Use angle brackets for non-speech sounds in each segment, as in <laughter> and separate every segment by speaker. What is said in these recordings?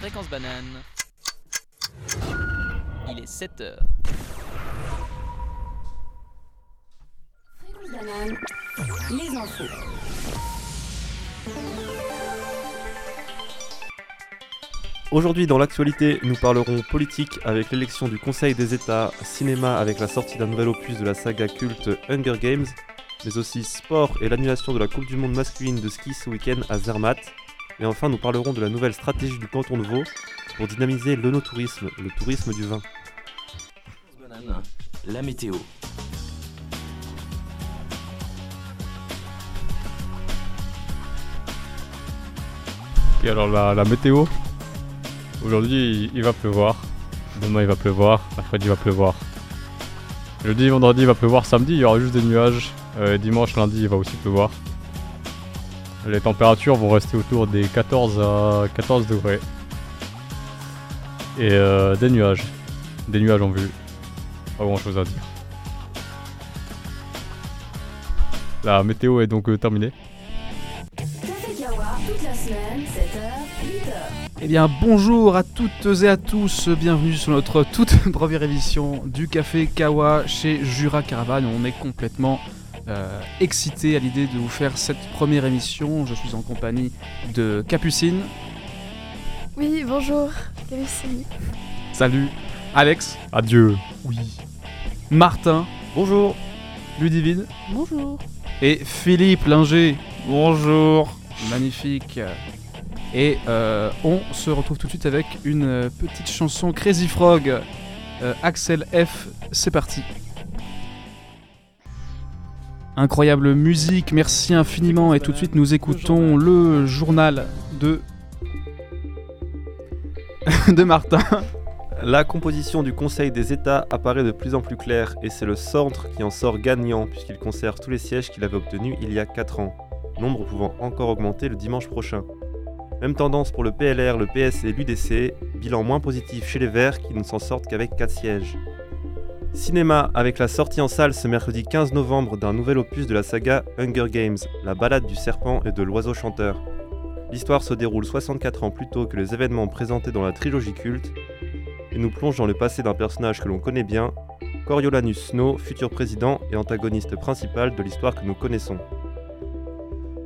Speaker 1: Fréquence banane. Il est 7h.
Speaker 2: Fréquence banane, les infos.
Speaker 3: Aujourd'hui dans l'actualité, nous parlerons politique avec l'élection du Conseil des États, cinéma avec la sortie d'un nouvel opus de la saga culte Hunger Games, mais aussi sport et l'annulation de la Coupe du Monde masculine de ski ce week-end à Zermatt. Et enfin, nous parlerons de la nouvelle stratégie du canton de Vaud pour dynamiser l'onotourisme, le tourisme du vin.
Speaker 4: Banane, la météo.
Speaker 5: Et alors la, la météo Aujourd'hui il, il va pleuvoir, demain il va pleuvoir, mercredi il va pleuvoir. Jeudi, vendredi il va pleuvoir, samedi il y aura juste des nuages, Euh, dimanche, lundi il va aussi pleuvoir. Les températures vont rester autour des 14 à 14 degrés. Et euh, des nuages, des nuages en vue. Pas grand chose à dire. La météo est donc euh, terminée.
Speaker 2: Café Kawa, toute la semaine, 7h, 8h.
Speaker 6: Eh bien, bonjour à toutes et à tous. Bienvenue sur notre toute <laughs> première émission du Café Kawa chez Jura Caravane. On est complètement euh, excité à l'idée de vous faire cette première émission. Je suis en compagnie de Capucine.
Speaker 7: Oui, bonjour. Merci.
Speaker 6: Salut. Alex.
Speaker 5: Adieu
Speaker 6: Oui. Martin.
Speaker 3: Bonjour
Speaker 6: Ludivine.
Speaker 7: Bonjour.
Speaker 6: Et Philippe Linger. Bonjour. Magnifique. Et euh, on se retrouve tout de suite avec une euh, petite chanson Crazy Frog. Euh, Axel F, c'est parti. Incroyable musique, merci infiniment. Et tout de suite, nous écoutons le journal de. <laughs> de Martin.
Speaker 3: La composition du Conseil des États apparaît de plus en plus claire et c'est le centre qui en sort gagnant puisqu'il conserve tous les sièges qu'il avait obtenus il y a 4 ans, nombre pouvant encore augmenter le dimanche prochain. Même tendance pour le PLR, le PS et l'UDC, bilan moins positif chez les Verts qui ne s'en sortent qu'avec 4 sièges. Cinéma avec la sortie en salle ce mercredi 15 novembre d'un nouvel opus de la saga Hunger Games, la balade du serpent et de l'oiseau chanteur. L'histoire se déroule 64 ans plus tôt que les événements présentés dans la trilogie culte et nous plonge dans le passé d'un personnage que l'on connaît bien, Coriolanus Snow, futur président et antagoniste principal de l'histoire que nous connaissons.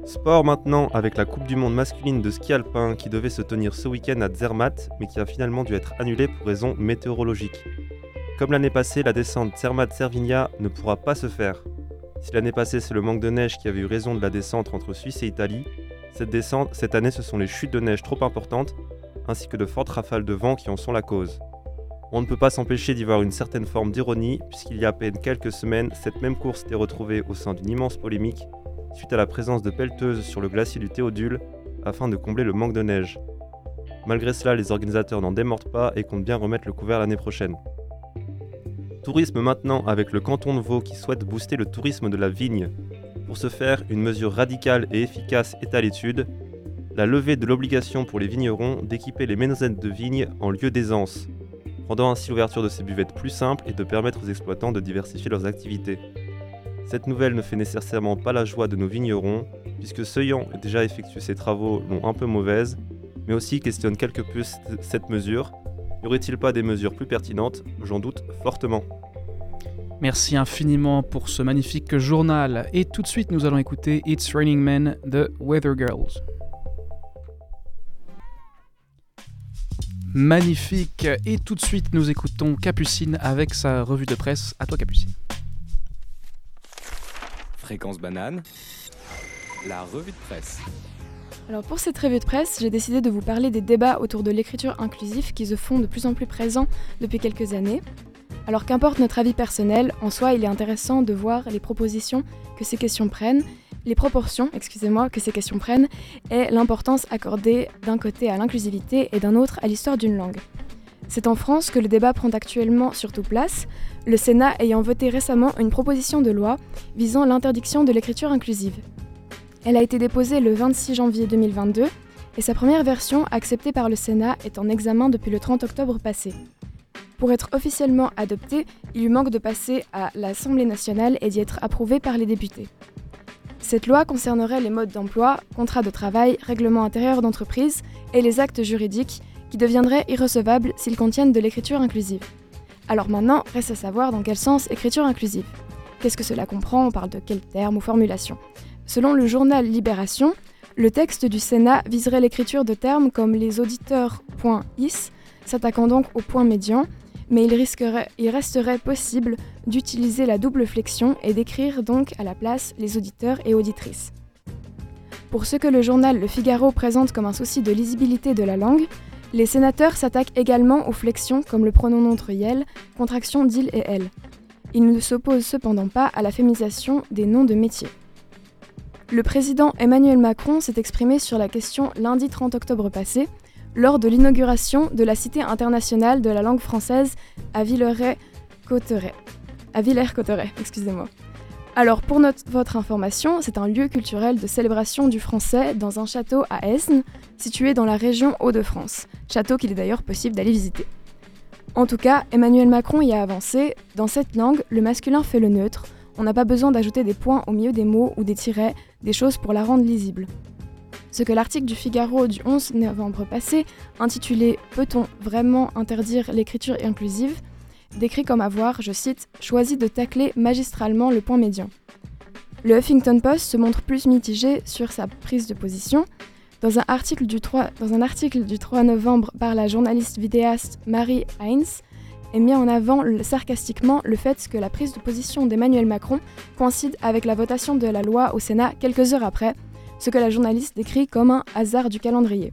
Speaker 3: Sport maintenant avec la Coupe du Monde masculine de ski alpin qui devait se tenir ce week-end à Zermatt mais qui a finalement dû être annulée pour raison météorologique. Comme l'année passée, la descente Zermatt-Servigna ne pourra pas se faire. Si l'année passée c'est le manque de neige qui avait eu raison de la descente entre Suisse et Italie, cette descente, cette année ce sont les chutes de neige trop importantes ainsi que de fortes rafales de vent qui en sont la cause. On ne peut pas s'empêcher d'y voir une certaine forme d'ironie, puisqu'il y a à peine quelques semaines, cette même course s'était retrouvée au sein d'une immense polémique, suite à la présence de pelleteuses sur le glacier du Théodule, afin de combler le manque de neige. Malgré cela, les organisateurs n'en démordent pas et comptent bien remettre le couvert l'année prochaine. Tourisme maintenant avec le canton de Vaud qui souhaite booster le tourisme de la vigne. Pour ce faire, une mesure radicale et efficace est à l'étude, la levée de l'obligation pour les vignerons d'équiper les ménagettes de vigne en lieu d'aisance rendant ainsi l'ouverture de ces buvettes plus simple et de permettre aux exploitants de diversifier leurs activités. Cette nouvelle ne fait nécessairement pas la joie de nos vignerons, puisque ceux ayant déjà effectué ces travaux l'ont un peu mauvaise, mais aussi questionne quelque peu cette- cette mesure. Y aurait-il pas des mesures plus pertinentes J'en doute fortement.
Speaker 6: Merci infiniment pour ce magnifique journal. Et tout de suite, nous allons écouter It's Raining Men de Weather Girls. Magnifique. Et tout de suite, nous écoutons Capucine avec sa revue de presse. À toi, Capucine.
Speaker 4: Fréquence banane, la revue de presse.
Speaker 7: Alors pour cette revue de presse, j'ai décidé de vous parler des débats autour de l'écriture inclusive qui se font de plus en plus présents depuis quelques années. Alors qu'importe notre avis personnel, en soi, il est intéressant de voir les propositions que ces questions prennent, les proportions, excusez-moi, que ces questions prennent, et l'importance accordée d'un côté à l'inclusivité et d'un autre à l'histoire d'une langue. C'est en France que le débat prend actuellement surtout place, le Sénat ayant voté récemment une proposition de loi visant l'interdiction de l'écriture inclusive. Elle a été déposée le 26 janvier 2022 et sa première version, acceptée par le Sénat, est en examen depuis le 30 octobre passé. Pour être officiellement adoptée, il lui manque de passer à l'Assemblée nationale et d'y être approuvée par les députés. Cette loi concernerait les modes d'emploi, contrats de travail, règlements intérieurs d'entreprise et les actes juridiques qui deviendraient irrecevables s'ils contiennent de l'écriture inclusive. Alors maintenant, reste à savoir dans quel sens écriture inclusive. Qu'est-ce que cela comprend On parle de quels termes ou formulations Selon le journal Libération, le texte du Sénat viserait l'écriture de termes comme les auditeurs point .is, s'attaquant donc au point médian, mais il, risquerait- il resterait possible d'utiliser la double flexion et d'écrire donc à la place les auditeurs et auditrices. Pour ce que le journal Le Figaro présente comme un souci de lisibilité de la langue, les sénateurs s'attaquent également aux flexions comme le pronom non-truel, contraction d'il et elle. Ils ne s'opposent cependant pas à la féminisation des noms de métiers. Le président Emmanuel Macron s'est exprimé sur la question lundi 30 octobre passé, lors de l'inauguration de la Cité internationale de la langue française à Villeray-Cotterêts. À Villers-Cotterêts, excusez-moi. Alors, pour notre- votre information, c'est un lieu culturel de célébration du français dans un château à Esne, situé dans la région Hauts-de-France, château qu'il est d'ailleurs possible d'aller visiter. En tout cas, Emmanuel Macron y a avancé, dans cette langue, le masculin fait le neutre, on n'a pas besoin d'ajouter des points au milieu des mots ou des tirets, des choses pour la rendre lisible. Ce que l'article du Figaro du 11 novembre passé, intitulé Peut-on vraiment interdire l'écriture inclusive décrit comme avoir, je cite, choisi de tacler magistralement le point médian. Le Huffington Post se montre plus mitigé sur sa prise de position. Dans un article du 3, dans un article du 3 novembre par la journaliste vidéaste Marie Heinz, est mis en avant le- sarcastiquement le fait que la prise de position d'Emmanuel Macron coïncide avec la votation de la loi au Sénat quelques heures après, ce que la journaliste décrit comme un hasard du calendrier.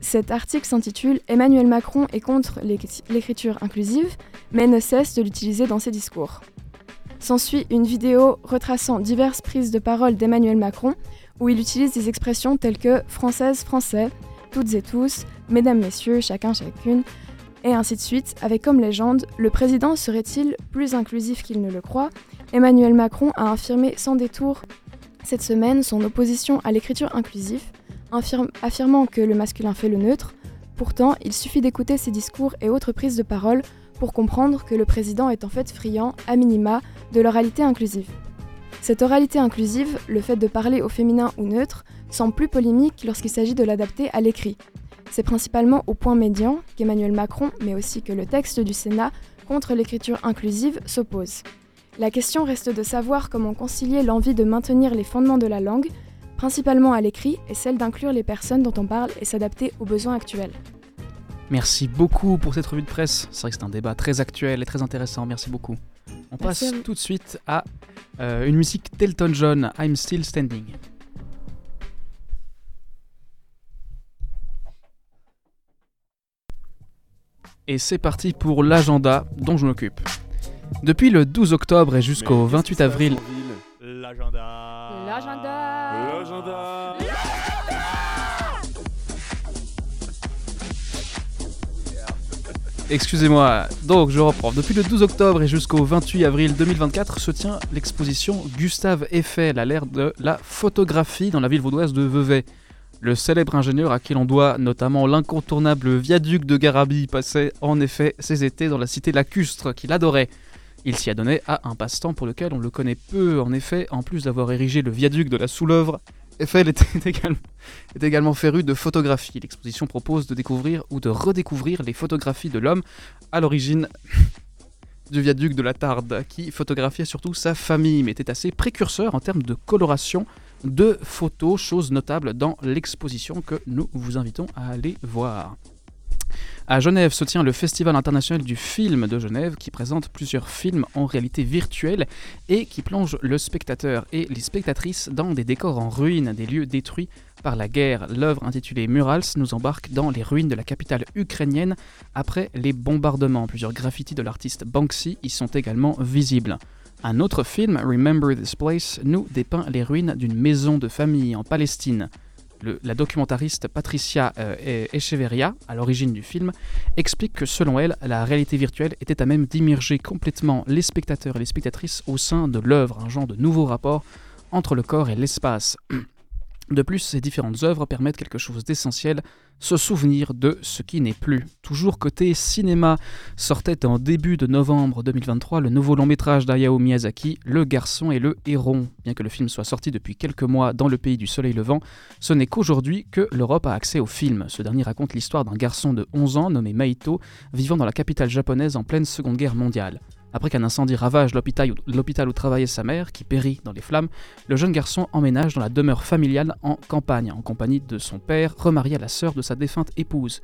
Speaker 7: Cet article s'intitule Emmanuel Macron est contre l'écri- l'écriture inclusive, mais ne cesse de l'utiliser dans ses discours. S'ensuit une vidéo retraçant diverses prises de parole d'Emmanuel Macron, où il utilise des expressions telles que française, français, toutes et tous, mesdames, messieurs, chacun, chacune, et ainsi de suite, avec comme légende le président serait-il plus inclusif qu'il ne le croit Emmanuel Macron a affirmé sans détour cette semaine son opposition à l'écriture inclusive, infirm- affirmant que le masculin fait le neutre. Pourtant, il suffit d'écouter ses discours et autres prises de parole pour comprendre que le président est en fait friand, à minima, de l'oralité inclusive. Cette oralité inclusive, le fait de parler au féminin ou neutre, semble plus polémique lorsqu'il s'agit de l'adapter à l'écrit. C'est principalement au point médian qu'Emmanuel Macron, mais aussi que le texte du Sénat contre l'écriture inclusive s'oppose. La question reste de savoir comment concilier l'envie de maintenir les fondements de la langue, principalement à l'écrit, et celle d'inclure les personnes dont on parle et s'adapter aux besoins actuels.
Speaker 6: Merci beaucoup pour cette revue de presse. C'est vrai que c'est un débat très actuel et très intéressant. Merci beaucoup. On passe
Speaker 7: Merci à vous.
Speaker 6: tout de suite à euh, une musique d'Elton John, I'm Still Standing. Et c'est parti pour l'agenda dont je m'occupe. Depuis le 12 octobre et jusqu'au 28 avril,
Speaker 4: L'agenda.
Speaker 7: L'agenda.
Speaker 4: L'agenda.
Speaker 6: Excusez-moi, donc je reprends. Depuis le 12 octobre et jusqu'au 28 avril 2024 se tient l'exposition Gustave Eiffel à l'ère de la photographie dans la ville vaudoise de Vevey. Le célèbre ingénieur à qui l'on doit notamment l'incontournable viaduc de Garabie passait en effet ses étés dans la cité lacustre qu'il adorait. Il s'y adonnait à un passe-temps pour lequel on le connaît peu. En effet, en plus d'avoir érigé le viaduc de la Souleuvre, Eiffel était <laughs> également est également féru de photographie. L'exposition propose de découvrir ou de redécouvrir les photographies de l'homme à l'origine <laughs> du viaduc de la Tarde, qui photographiait surtout sa famille, mais était assez précurseur en termes de coloration de photos, chose notable dans l'exposition que nous vous invitons à aller voir. À Genève se tient le Festival international du film de Genève qui présente plusieurs films en réalité virtuelle et qui plonge le spectateur et les spectatrices dans des décors en ruine, des lieux détruits par la guerre. L'œuvre intitulée Murals nous embarque dans les ruines de la capitale ukrainienne après les bombardements. Plusieurs graffitis de l'artiste Banksy y sont également visibles. Un autre film, Remember This Place, nous dépeint les ruines d'une maison de famille en Palestine. Le- la documentariste Patricia euh, E- Echeverria, à l'origine du film, explique que selon elle, la réalité virtuelle était à même d'immerger complètement les spectateurs et les spectatrices au sein de l'œuvre, un genre de nouveau rapport entre le corps et l'espace. De plus, ces différentes œuvres permettent quelque chose d'essentiel, se souvenir de ce qui n'est plus. Toujours côté cinéma, sortait en début de novembre 2023 le nouveau long métrage d'Ayao Miyazaki, Le garçon et le héron. Bien que le film soit sorti depuis quelques mois dans le pays du soleil levant, ce n'est qu'aujourd'hui que l'Europe a accès au film. Ce dernier raconte l'histoire d'un garçon de 11 ans nommé Maito, vivant dans la capitale japonaise en pleine Seconde Guerre mondiale. Après qu'un incendie ravage l'hôpital où- l'hôpital où travaillait sa mère, qui périt dans les flammes, le jeune garçon emménage dans la demeure familiale en campagne, en compagnie de son père, remarié à la sœur de sa défunte épouse.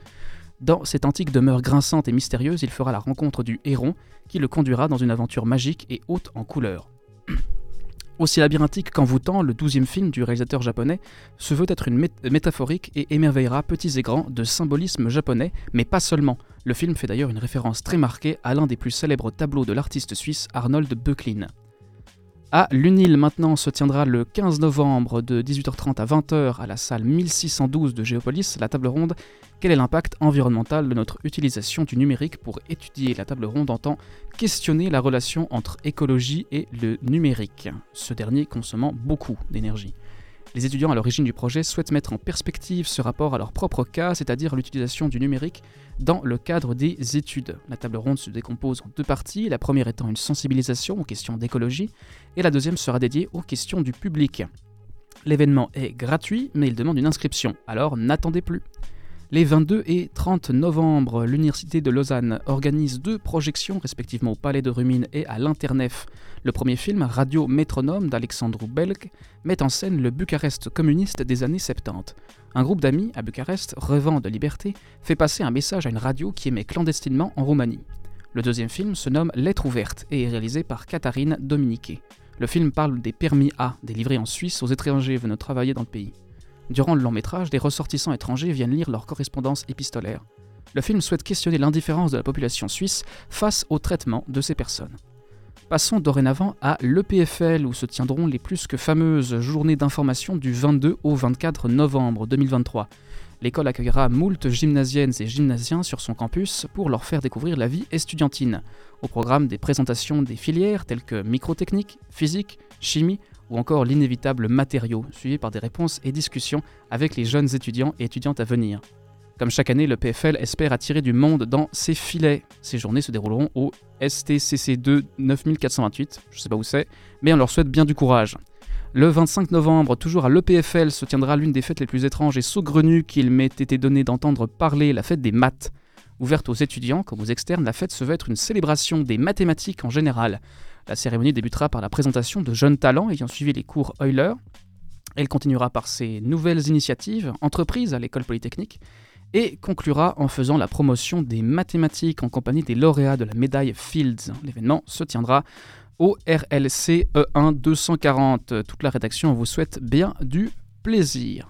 Speaker 6: Dans cette antique demeure grinçante et mystérieuse, il fera la rencontre du héron, qui le conduira dans une aventure magique et haute en couleurs. <clears throat> Aussi labyrinthique qu'envoûtant, le douzième film du réalisateur japonais se veut être une mét- métaphorique et émerveillera petits et grands de symbolisme japonais, mais pas seulement. Le film fait d'ailleurs une référence très marquée à l'un des plus célèbres tableaux de l'artiste suisse Arnold Böcklin. À Lunil maintenant se tiendra le 15 novembre de 18h30 à 20h à la salle 1612 de Géopolis la table ronde Quel est l'impact environnemental de notre utilisation du numérique pour étudier la table ronde entend questionner la relation entre écologie et le numérique, ce dernier consommant beaucoup d'énergie. Les étudiants à l'origine du projet souhaitent mettre en perspective ce rapport à leur propre cas, c'est-à-dire l'utilisation du numérique dans le cadre des études. La table ronde se décompose en deux parties, la première étant une sensibilisation aux questions d'écologie et la deuxième sera dédiée aux questions du public. L'événement est gratuit, mais il demande une inscription, alors n'attendez plus. Les 22 et 30 novembre, l'Université de Lausanne organise deux projections, respectivement au Palais de Rumine et à l'Internef. Le premier film, Radio Métronome d'Alexandru Belk, met en scène le Bucarest communiste des années 70. Un groupe d'amis à Bucarest, rêvant de liberté, fait passer un message à une radio qui émet clandestinement en Roumanie. Le deuxième film se nomme Lettre ouverte et est réalisé par Katharine Dominiquet. Le film parle des permis A délivrés en Suisse aux étrangers venant travailler dans le pays. Durant le long métrage, des ressortissants étrangers viennent lire leur correspondance épistolaire. Le film souhaite questionner l'indifférence de la population suisse face au traitement de ces personnes. Passons dorénavant à l'EPFL où se tiendront les plus que fameuses journées d'information du 22 au 24 novembre 2023. L'école accueillera moult gymnasiennes et gymnasiens sur son campus pour leur faire découvrir la vie estudiantine. Au programme des présentations des filières telles que microtechnique, physique, chimie ou encore l'inévitable matériaux, suivi par des réponses et discussions avec les jeunes étudiants et étudiantes à venir. Comme chaque année, le PFL espère attirer du monde dans ses filets. Ces journées se dérouleront au STCC2 9428, je sais pas où c'est, mais on leur souhaite bien du courage. Le 25 novembre, toujours à l'EPFL, se tiendra l'une des fêtes les plus étranges et saugrenues qu'il m'ait été donné d'entendre parler, la fête des maths. Ouverte aux étudiants comme aux externes, la fête se veut être une célébration des mathématiques en général. La cérémonie débutera par la présentation de jeunes talents ayant suivi les cours Euler. Elle continuera par ses nouvelles initiatives entreprises à l'école polytechnique et conclura en faisant la promotion des mathématiques en compagnie des lauréats de la médaille Fields. L'événement se tiendra au RLC E1 240. Toute la rédaction vous souhaite bien du plaisir.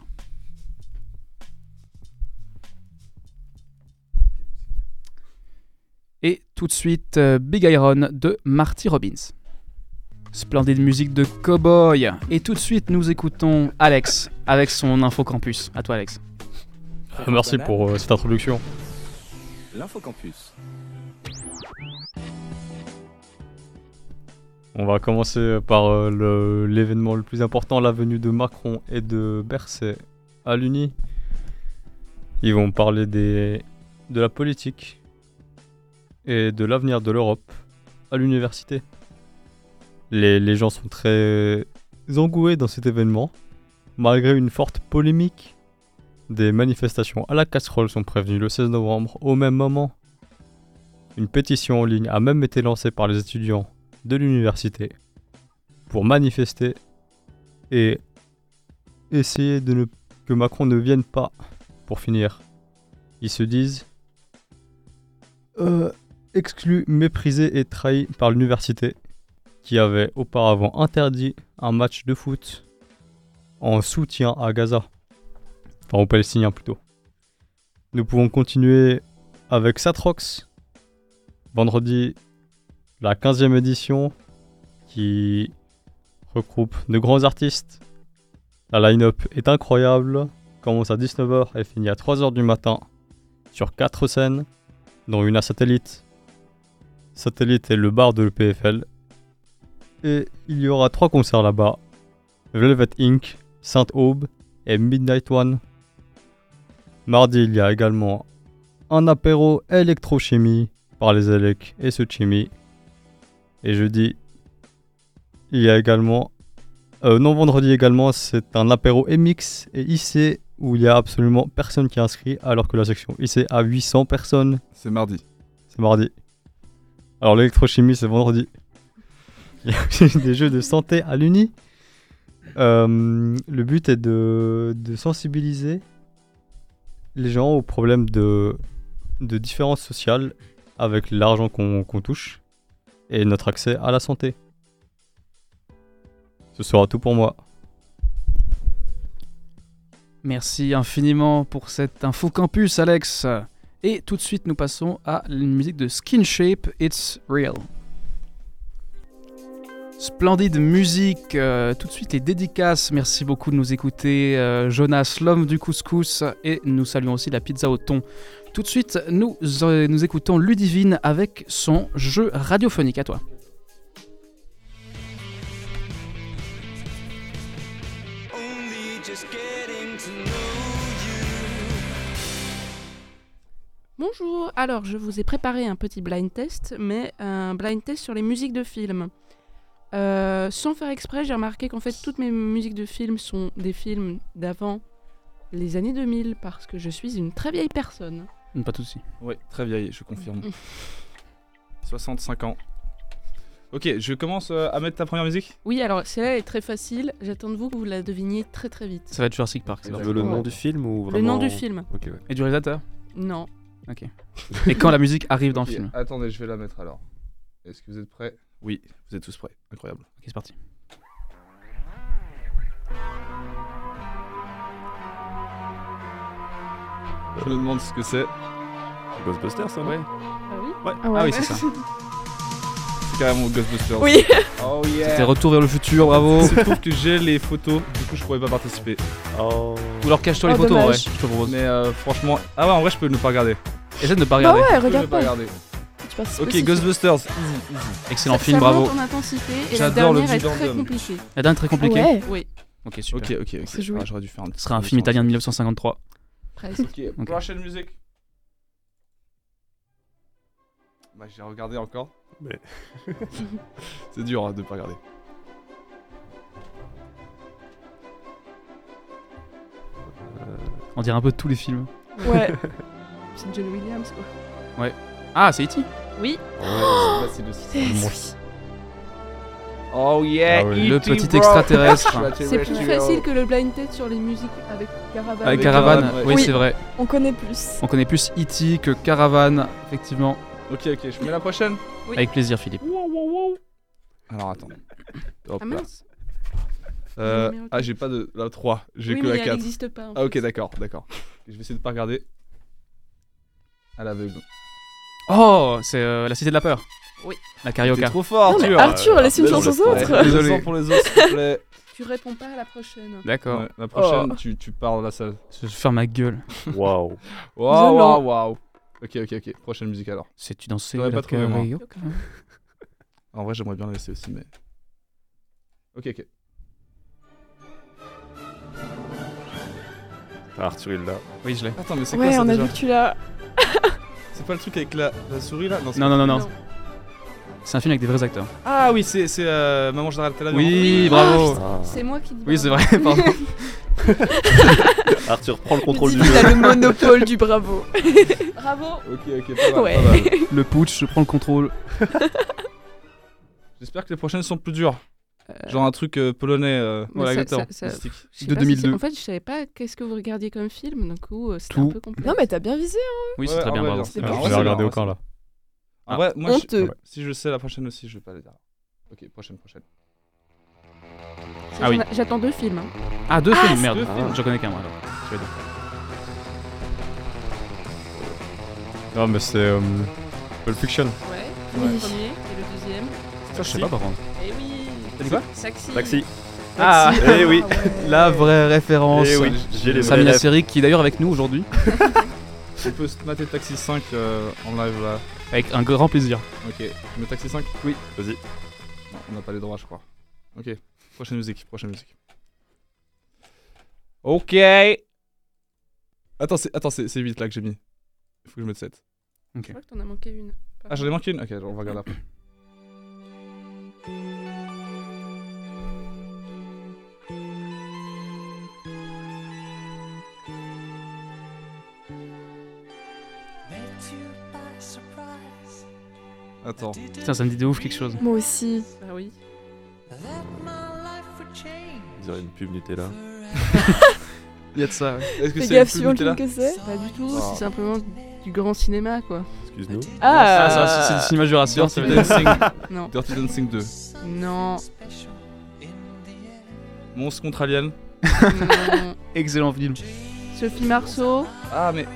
Speaker 6: Et tout de suite, euh, Big Iron de Marty Robbins. Splendide musique de cowboy. Et tout de suite, nous écoutons Alex avec son infocampus. À toi, Alex.
Speaker 5: Merci pour euh, cette introduction.
Speaker 4: L'infocampus.
Speaker 5: On va commencer par euh, le- l'événement le, plus important, la venue de Macron et de Berset à l'Uni. Ils vont parler des, de la politique et de l'avenir de l'Europe à l'université. Les, les gens sont très engoués dans cet événement, malgré une forte polémique. Des manifestations à la casserole sont prévenues le 16 novembre au même moment. Une pétition en ligne a même été lancée par les étudiants de l'université pour manifester et essayer de ne, que Macron ne vienne pas. Pour finir, ils se disent euh, exclus, méprisés et trahis par l'université qui avait auparavant interdit un match de foot en soutien à Gaza, enfin aux Palestiniens plutôt. Nous pouvons continuer avec Satrox. Vendredi, la 15e édition qui regroupe de grands artistes. La line-up est incroyable, commence à 19h et finit à 3h du matin sur 4 scènes, dont une à Satellite. Satellite est le bar de l'EPFL. Et il y aura 3 concerts là-bas. Velvet Inc., Sainte Aube et Midnight One. Mardi, il y a également un apéro électrochimie par les Elec et ce chimie. Et jeudi, il y a également. euh, non, vendredi également, c'est un apéro MX et IC où il y a absolument personne qui est inscrit alors que la section IC a 800 personnes.
Speaker 1: C'est mardi.
Speaker 5: C'est mardi. Alors l'électrochimie, c'est vendredi. <laughs> Il y a aussi des jeux de santé à l'Uni. Euh, le but est de, de sensibiliser les gens aux problèmes de, de différence sociale avec l'argent qu'on qu'on touche et notre accès à la santé. Ce sera tout pour moi.
Speaker 6: Merci infiniment pour cette info campus, Alex. Et tout de suite, nous passons à une musique de Skin Shape, It's Real. Splendide musique, euh, tout de suite les dédicaces. Merci beaucoup de nous écouter, euh, Jonas, l'homme du couscous, et nous saluons aussi la pizza au thon. Tout de suite, nous, euh, nous écoutons Ludivine avec son jeu radiophonique. À toi.
Speaker 4: Only just getting to know you.
Speaker 8: Bonjour, alors je vous ai préparé un petit blind test, mais un blind test sur les musiques de films. Euh, sans faire exprès, j'ai remarqué qu'en fait toutes mes musiques de films sont des films d'avant les années 2000, parce que je suis une très vieille personne.
Speaker 6: Mm, Pas de soucis.
Speaker 1: Ouais, très vieille, je
Speaker 6: <laughs>
Speaker 1: confirme. 65 ans. Ok, je commence euh, à mettre ta première musique
Speaker 8: Oui, alors celle-là est très facile, j'attends de vous que vous la deviniez très très vite.
Speaker 6: Ça va être Jurassic Park. c'est
Speaker 3: Tu
Speaker 6: parti.
Speaker 3: veux le nom
Speaker 8: Ouais.
Speaker 3: du film ou
Speaker 8: Le nom
Speaker 3: vraiment-
Speaker 8: du film
Speaker 3: Ok, ouais.
Speaker 6: Et du réalisateur
Speaker 8: Non.
Speaker 6: Et quand la musique arrive dans
Speaker 1: Ok,
Speaker 6: le film Ok,
Speaker 1: Attendez, je vais la mettre alors. Est-ce que vous êtes prêts Oui, vous êtes tous prêts. Incroyable.
Speaker 6: c'est parti.
Speaker 1: Je me demande ce que c'est.
Speaker 3: Ghostbusters, ça, non
Speaker 1: Ouais.
Speaker 8: Ah oui
Speaker 7: Ah ouais.
Speaker 1: Ah oui, c'est ça. C'est carrément Ghostbusters.
Speaker 7: Oui.
Speaker 1: <laughs> Oh yeah
Speaker 6: C'était Retour vers le futur, bravo.
Speaker 1: Je trouve que j'ai les photos, du coup je pourrais pas participer.
Speaker 3: Oh.
Speaker 6: Ou alors cache-toi les
Speaker 7: Oh,
Speaker 6: photos, en vrai,
Speaker 7: dommage.
Speaker 6: je te propose.
Speaker 1: Mais euh, franchement, ah ouais, en vrai je peux ne pas regarder.
Speaker 6: Essaie de ne pas
Speaker 7: Bah
Speaker 6: regarder.
Speaker 7: ouais,
Speaker 1: Je peux ne
Speaker 7: regarde
Speaker 1: pas
Speaker 7: pas.
Speaker 1: regarder.
Speaker 7: Tu participes
Speaker 1: Ok,
Speaker 7: aussi.
Speaker 1: Ghostbusters.
Speaker 6: Excellent
Speaker 8: Ça-
Speaker 6: film,
Speaker 8: ça
Speaker 6: bravo.
Speaker 8: monte en intensité, et la
Speaker 1: J'adore le
Speaker 8: dernière est
Speaker 1: petit
Speaker 8: très
Speaker 1: Gundam.
Speaker 8: compliquée.
Speaker 6: La dernière est très
Speaker 7: Ah
Speaker 6: compliquée.
Speaker 7: ouais.
Speaker 8: Oui,
Speaker 6: Ok, super.
Speaker 1: Ok, ok, ok.
Speaker 7: C'est joué.
Speaker 1: Ah, j'aurais dû faire un petit.
Speaker 6: Ce sera un film italien de 1953.
Speaker 8: presque.
Speaker 1: Ok,
Speaker 6: Ok.
Speaker 1: prochaine musique. Bah, j'ai regardé encore.
Speaker 3: Mais-
Speaker 1: <laughs> C'est dur hein, de pas regarder.
Speaker 6: On dirait un peu tous les films.
Speaker 8: <laughs> Ouais. C'est John Williams quoi.
Speaker 6: Ah,
Speaker 1: E
Speaker 6: c'est E.T.
Speaker 8: Oui, Ah.
Speaker 1: Ouais, c'est facile aussi. Oh yeah,
Speaker 5: Ah ouais.
Speaker 1: E.T.,
Speaker 6: Le petit
Speaker 1: bro. <laughs>
Speaker 6: extraterrestre.
Speaker 8: c'est plus facile que le blind test sur les musiques avec
Speaker 1: euh,
Speaker 6: Avec
Speaker 8: Caravane.
Speaker 1: Avec
Speaker 6: Caravane,
Speaker 1: Caravane,
Speaker 6: oui,
Speaker 7: ouais.
Speaker 6: c'est vrai.
Speaker 7: On connaît plus.
Speaker 6: On connaît plus E.T. que Caravane, effectivement.
Speaker 1: Ok, ok, je mets la prochaine.
Speaker 8: Oui.
Speaker 6: Avec plaisir, Philippe.
Speaker 1: Alors attends. Hop
Speaker 8: Ah
Speaker 1: là.
Speaker 8: mince.
Speaker 1: Euh,
Speaker 8: numéro
Speaker 1: ah, j'ai pas de la 3, j'ai
Speaker 8: Oui,
Speaker 1: que
Speaker 8: mais
Speaker 1: la
Speaker 8: elle
Speaker 1: 4.
Speaker 8: n'existe pas. en
Speaker 1: Ah, ok,
Speaker 8: fait.
Speaker 1: d'accord, d'accord. Je vais essayer de pas regarder. À l'aveugle.
Speaker 6: Oh, c'est euh, La Cité de la Peur.
Speaker 8: Oui.
Speaker 6: La
Speaker 1: T'es
Speaker 6: carioca.
Speaker 1: trop fort,
Speaker 7: Non, mais
Speaker 1: euh, Arthur.
Speaker 7: Arthur, laisse une
Speaker 1: Laisse-le.
Speaker 7: chance aux
Speaker 1: Ouais,
Speaker 7: autres.
Speaker 6: Désolé.
Speaker 1: laisse-le pour les autres, s'il te
Speaker 8: <laughs>
Speaker 1: plaît.
Speaker 8: Tu réponds pas à la prochaine.
Speaker 6: D'accord.
Speaker 1: Ouais, la prochaine, tu, tu pars dans la salle.
Speaker 6: Je vais faire ma gueule.
Speaker 3: Waouh.
Speaker 1: <laughs>
Speaker 5: Ah,
Speaker 1: Waouh,
Speaker 7: Violent.
Speaker 1: waouh, waouh. Ok, ok, ok. Prochaine musique alors.
Speaker 6: Sais-tu danser
Speaker 1: J'aurais
Speaker 6: la
Speaker 1: pas trouvé, moi.
Speaker 6: carioca
Speaker 1: En vrai, j'aimerais bien la laisser aussi, mais. Ok, ok.
Speaker 3: Ah, Arthur, il l'a.
Speaker 6: Oui, je l'ai.
Speaker 1: Attends, mais c'est quoi
Speaker 7: Ouais,
Speaker 1: ça
Speaker 7: on a
Speaker 1: déjà
Speaker 7: vu que tu l'as.
Speaker 1: C'est pas le truc avec la, la souris là c'est pas-
Speaker 6: Non, non, non, non. C'est un film avec des vrais acteurs.
Speaker 1: Ah oui, c'est c'est, euh, Maman, je t'arrête la vie, hein.
Speaker 6: Oui,
Speaker 8: Oui.
Speaker 6: bravo.
Speaker 3: Ah.
Speaker 8: C'est moi qui dis.
Speaker 6: Oui,
Speaker 8: bravo.
Speaker 6: c'est vrai, pardon.
Speaker 1: <laughs>
Speaker 3: Arthur, prends le contrôle du
Speaker 7: Il
Speaker 3: jeu.
Speaker 7: a le monopole du bravo.
Speaker 8: Bravo.
Speaker 1: Ok, ok, pas mal,
Speaker 7: Ouais.
Speaker 1: pas mal.
Speaker 6: Le putsch, je prends le contrôle.
Speaker 1: J'espère que les prochaines sont plus dures. Genre un truc euh, polonais. euh,
Speaker 8: Mais
Speaker 1: voilà,
Speaker 8: ça-
Speaker 1: exactement.
Speaker 8: ça- ça-
Speaker 1: Mystique.
Speaker 8: Je sais
Speaker 6: De
Speaker 8: pas si c'est-
Speaker 6: 2002.
Speaker 8: en fait, je savais pas qu'est-ce que vous regardiez comme film, donc coup, euh, c'était
Speaker 6: Tout.
Speaker 8: un peu complexe.
Speaker 7: Non, mais t'as bien visé. hein.
Speaker 6: Oui, c'est
Speaker 1: Ouais,
Speaker 6: très
Speaker 1: en
Speaker 6: bien,
Speaker 1: vrai,
Speaker 6: bravo.
Speaker 1: bien
Speaker 7: C'est
Speaker 1: sûr.
Speaker 7: Ah,
Speaker 1: En
Speaker 5: je
Speaker 1: vrai,
Speaker 5: vais
Speaker 1: c'est
Speaker 5: regarder
Speaker 1: bien,
Speaker 5: au camp
Speaker 1: ouais,
Speaker 5: là.
Speaker 1: c'est-
Speaker 6: Ah.
Speaker 1: En vrai, moi, je-
Speaker 7: Honteux.
Speaker 1: si je sais la prochaine aussi, je vais pas la dire. Ok, prochaine, prochaine.
Speaker 6: Ah oui.
Speaker 8: J'attends deux films. hein.
Speaker 6: Ah, deux films, merde.
Speaker 1: deux films.
Speaker 6: J'en connais qu'un, moi. alors. Tu vas dire.
Speaker 5: Non, mais c'est. euh, Pulp Fiction.
Speaker 8: Ouais.
Speaker 7: Oui.
Speaker 8: Le premier et le deuxième.
Speaker 6: Ça, je sais pas, par contre.
Speaker 8: Et oui.
Speaker 6: T'as dit quoi
Speaker 8: Taxi.
Speaker 3: Taxi.
Speaker 6: Ah,
Speaker 3: Eh oui.
Speaker 6: <laughs> la vraie référence.
Speaker 3: Eh oui. J'ai les
Speaker 6: Samia
Speaker 3: élèves.
Speaker 6: Seri qui est d'ailleurs avec nous aujourd'hui,
Speaker 1: On peut se mater Taxi 5 euh, en live là.
Speaker 6: avec un grand plaisir.
Speaker 1: Ok, je mets Taxi 5
Speaker 6: Oui.
Speaker 3: Vas-y.
Speaker 1: Non, on n'a pas les droits, je crois. Ok, prochaine musique, prochaine musique. Ok. Attends, c'est, attends, c'est, c'est 8 là que j'ai mis. Faut que je mette 7.
Speaker 8: Je crois que t'en as manqué une.
Speaker 1: Ah, j'en ai manqué une Ok, on va regarder après. Attends.
Speaker 6: Putain, ça me dit de ouf quelque chose.
Speaker 7: Moi aussi.
Speaker 8: Bah oui.
Speaker 3: Ils auraient une pub Nutella.
Speaker 6: Il y a de ça, ouais.
Speaker 1: Est-ce que
Speaker 7: Fais
Speaker 1: c'est le
Speaker 7: gaffe,
Speaker 1: pub
Speaker 7: suivant le
Speaker 1: Nutella
Speaker 7: film que c'est.
Speaker 8: Pas du tout,
Speaker 1: Ah.
Speaker 8: c'est simplement du grand cinéma quoi.
Speaker 3: Excuse-nous.
Speaker 6: Ah, ça, c'est- c'est du cinéma jurassien.
Speaker 1: Dirty
Speaker 6: ça.
Speaker 1: Dancing.
Speaker 8: Non,
Speaker 1: Dirty Dancing 2.
Speaker 8: non,
Speaker 1: Monstre contre Alien.
Speaker 8: <laughs> non.
Speaker 6: Excellent film.
Speaker 8: Sophie Marceau.
Speaker 1: Ah, mais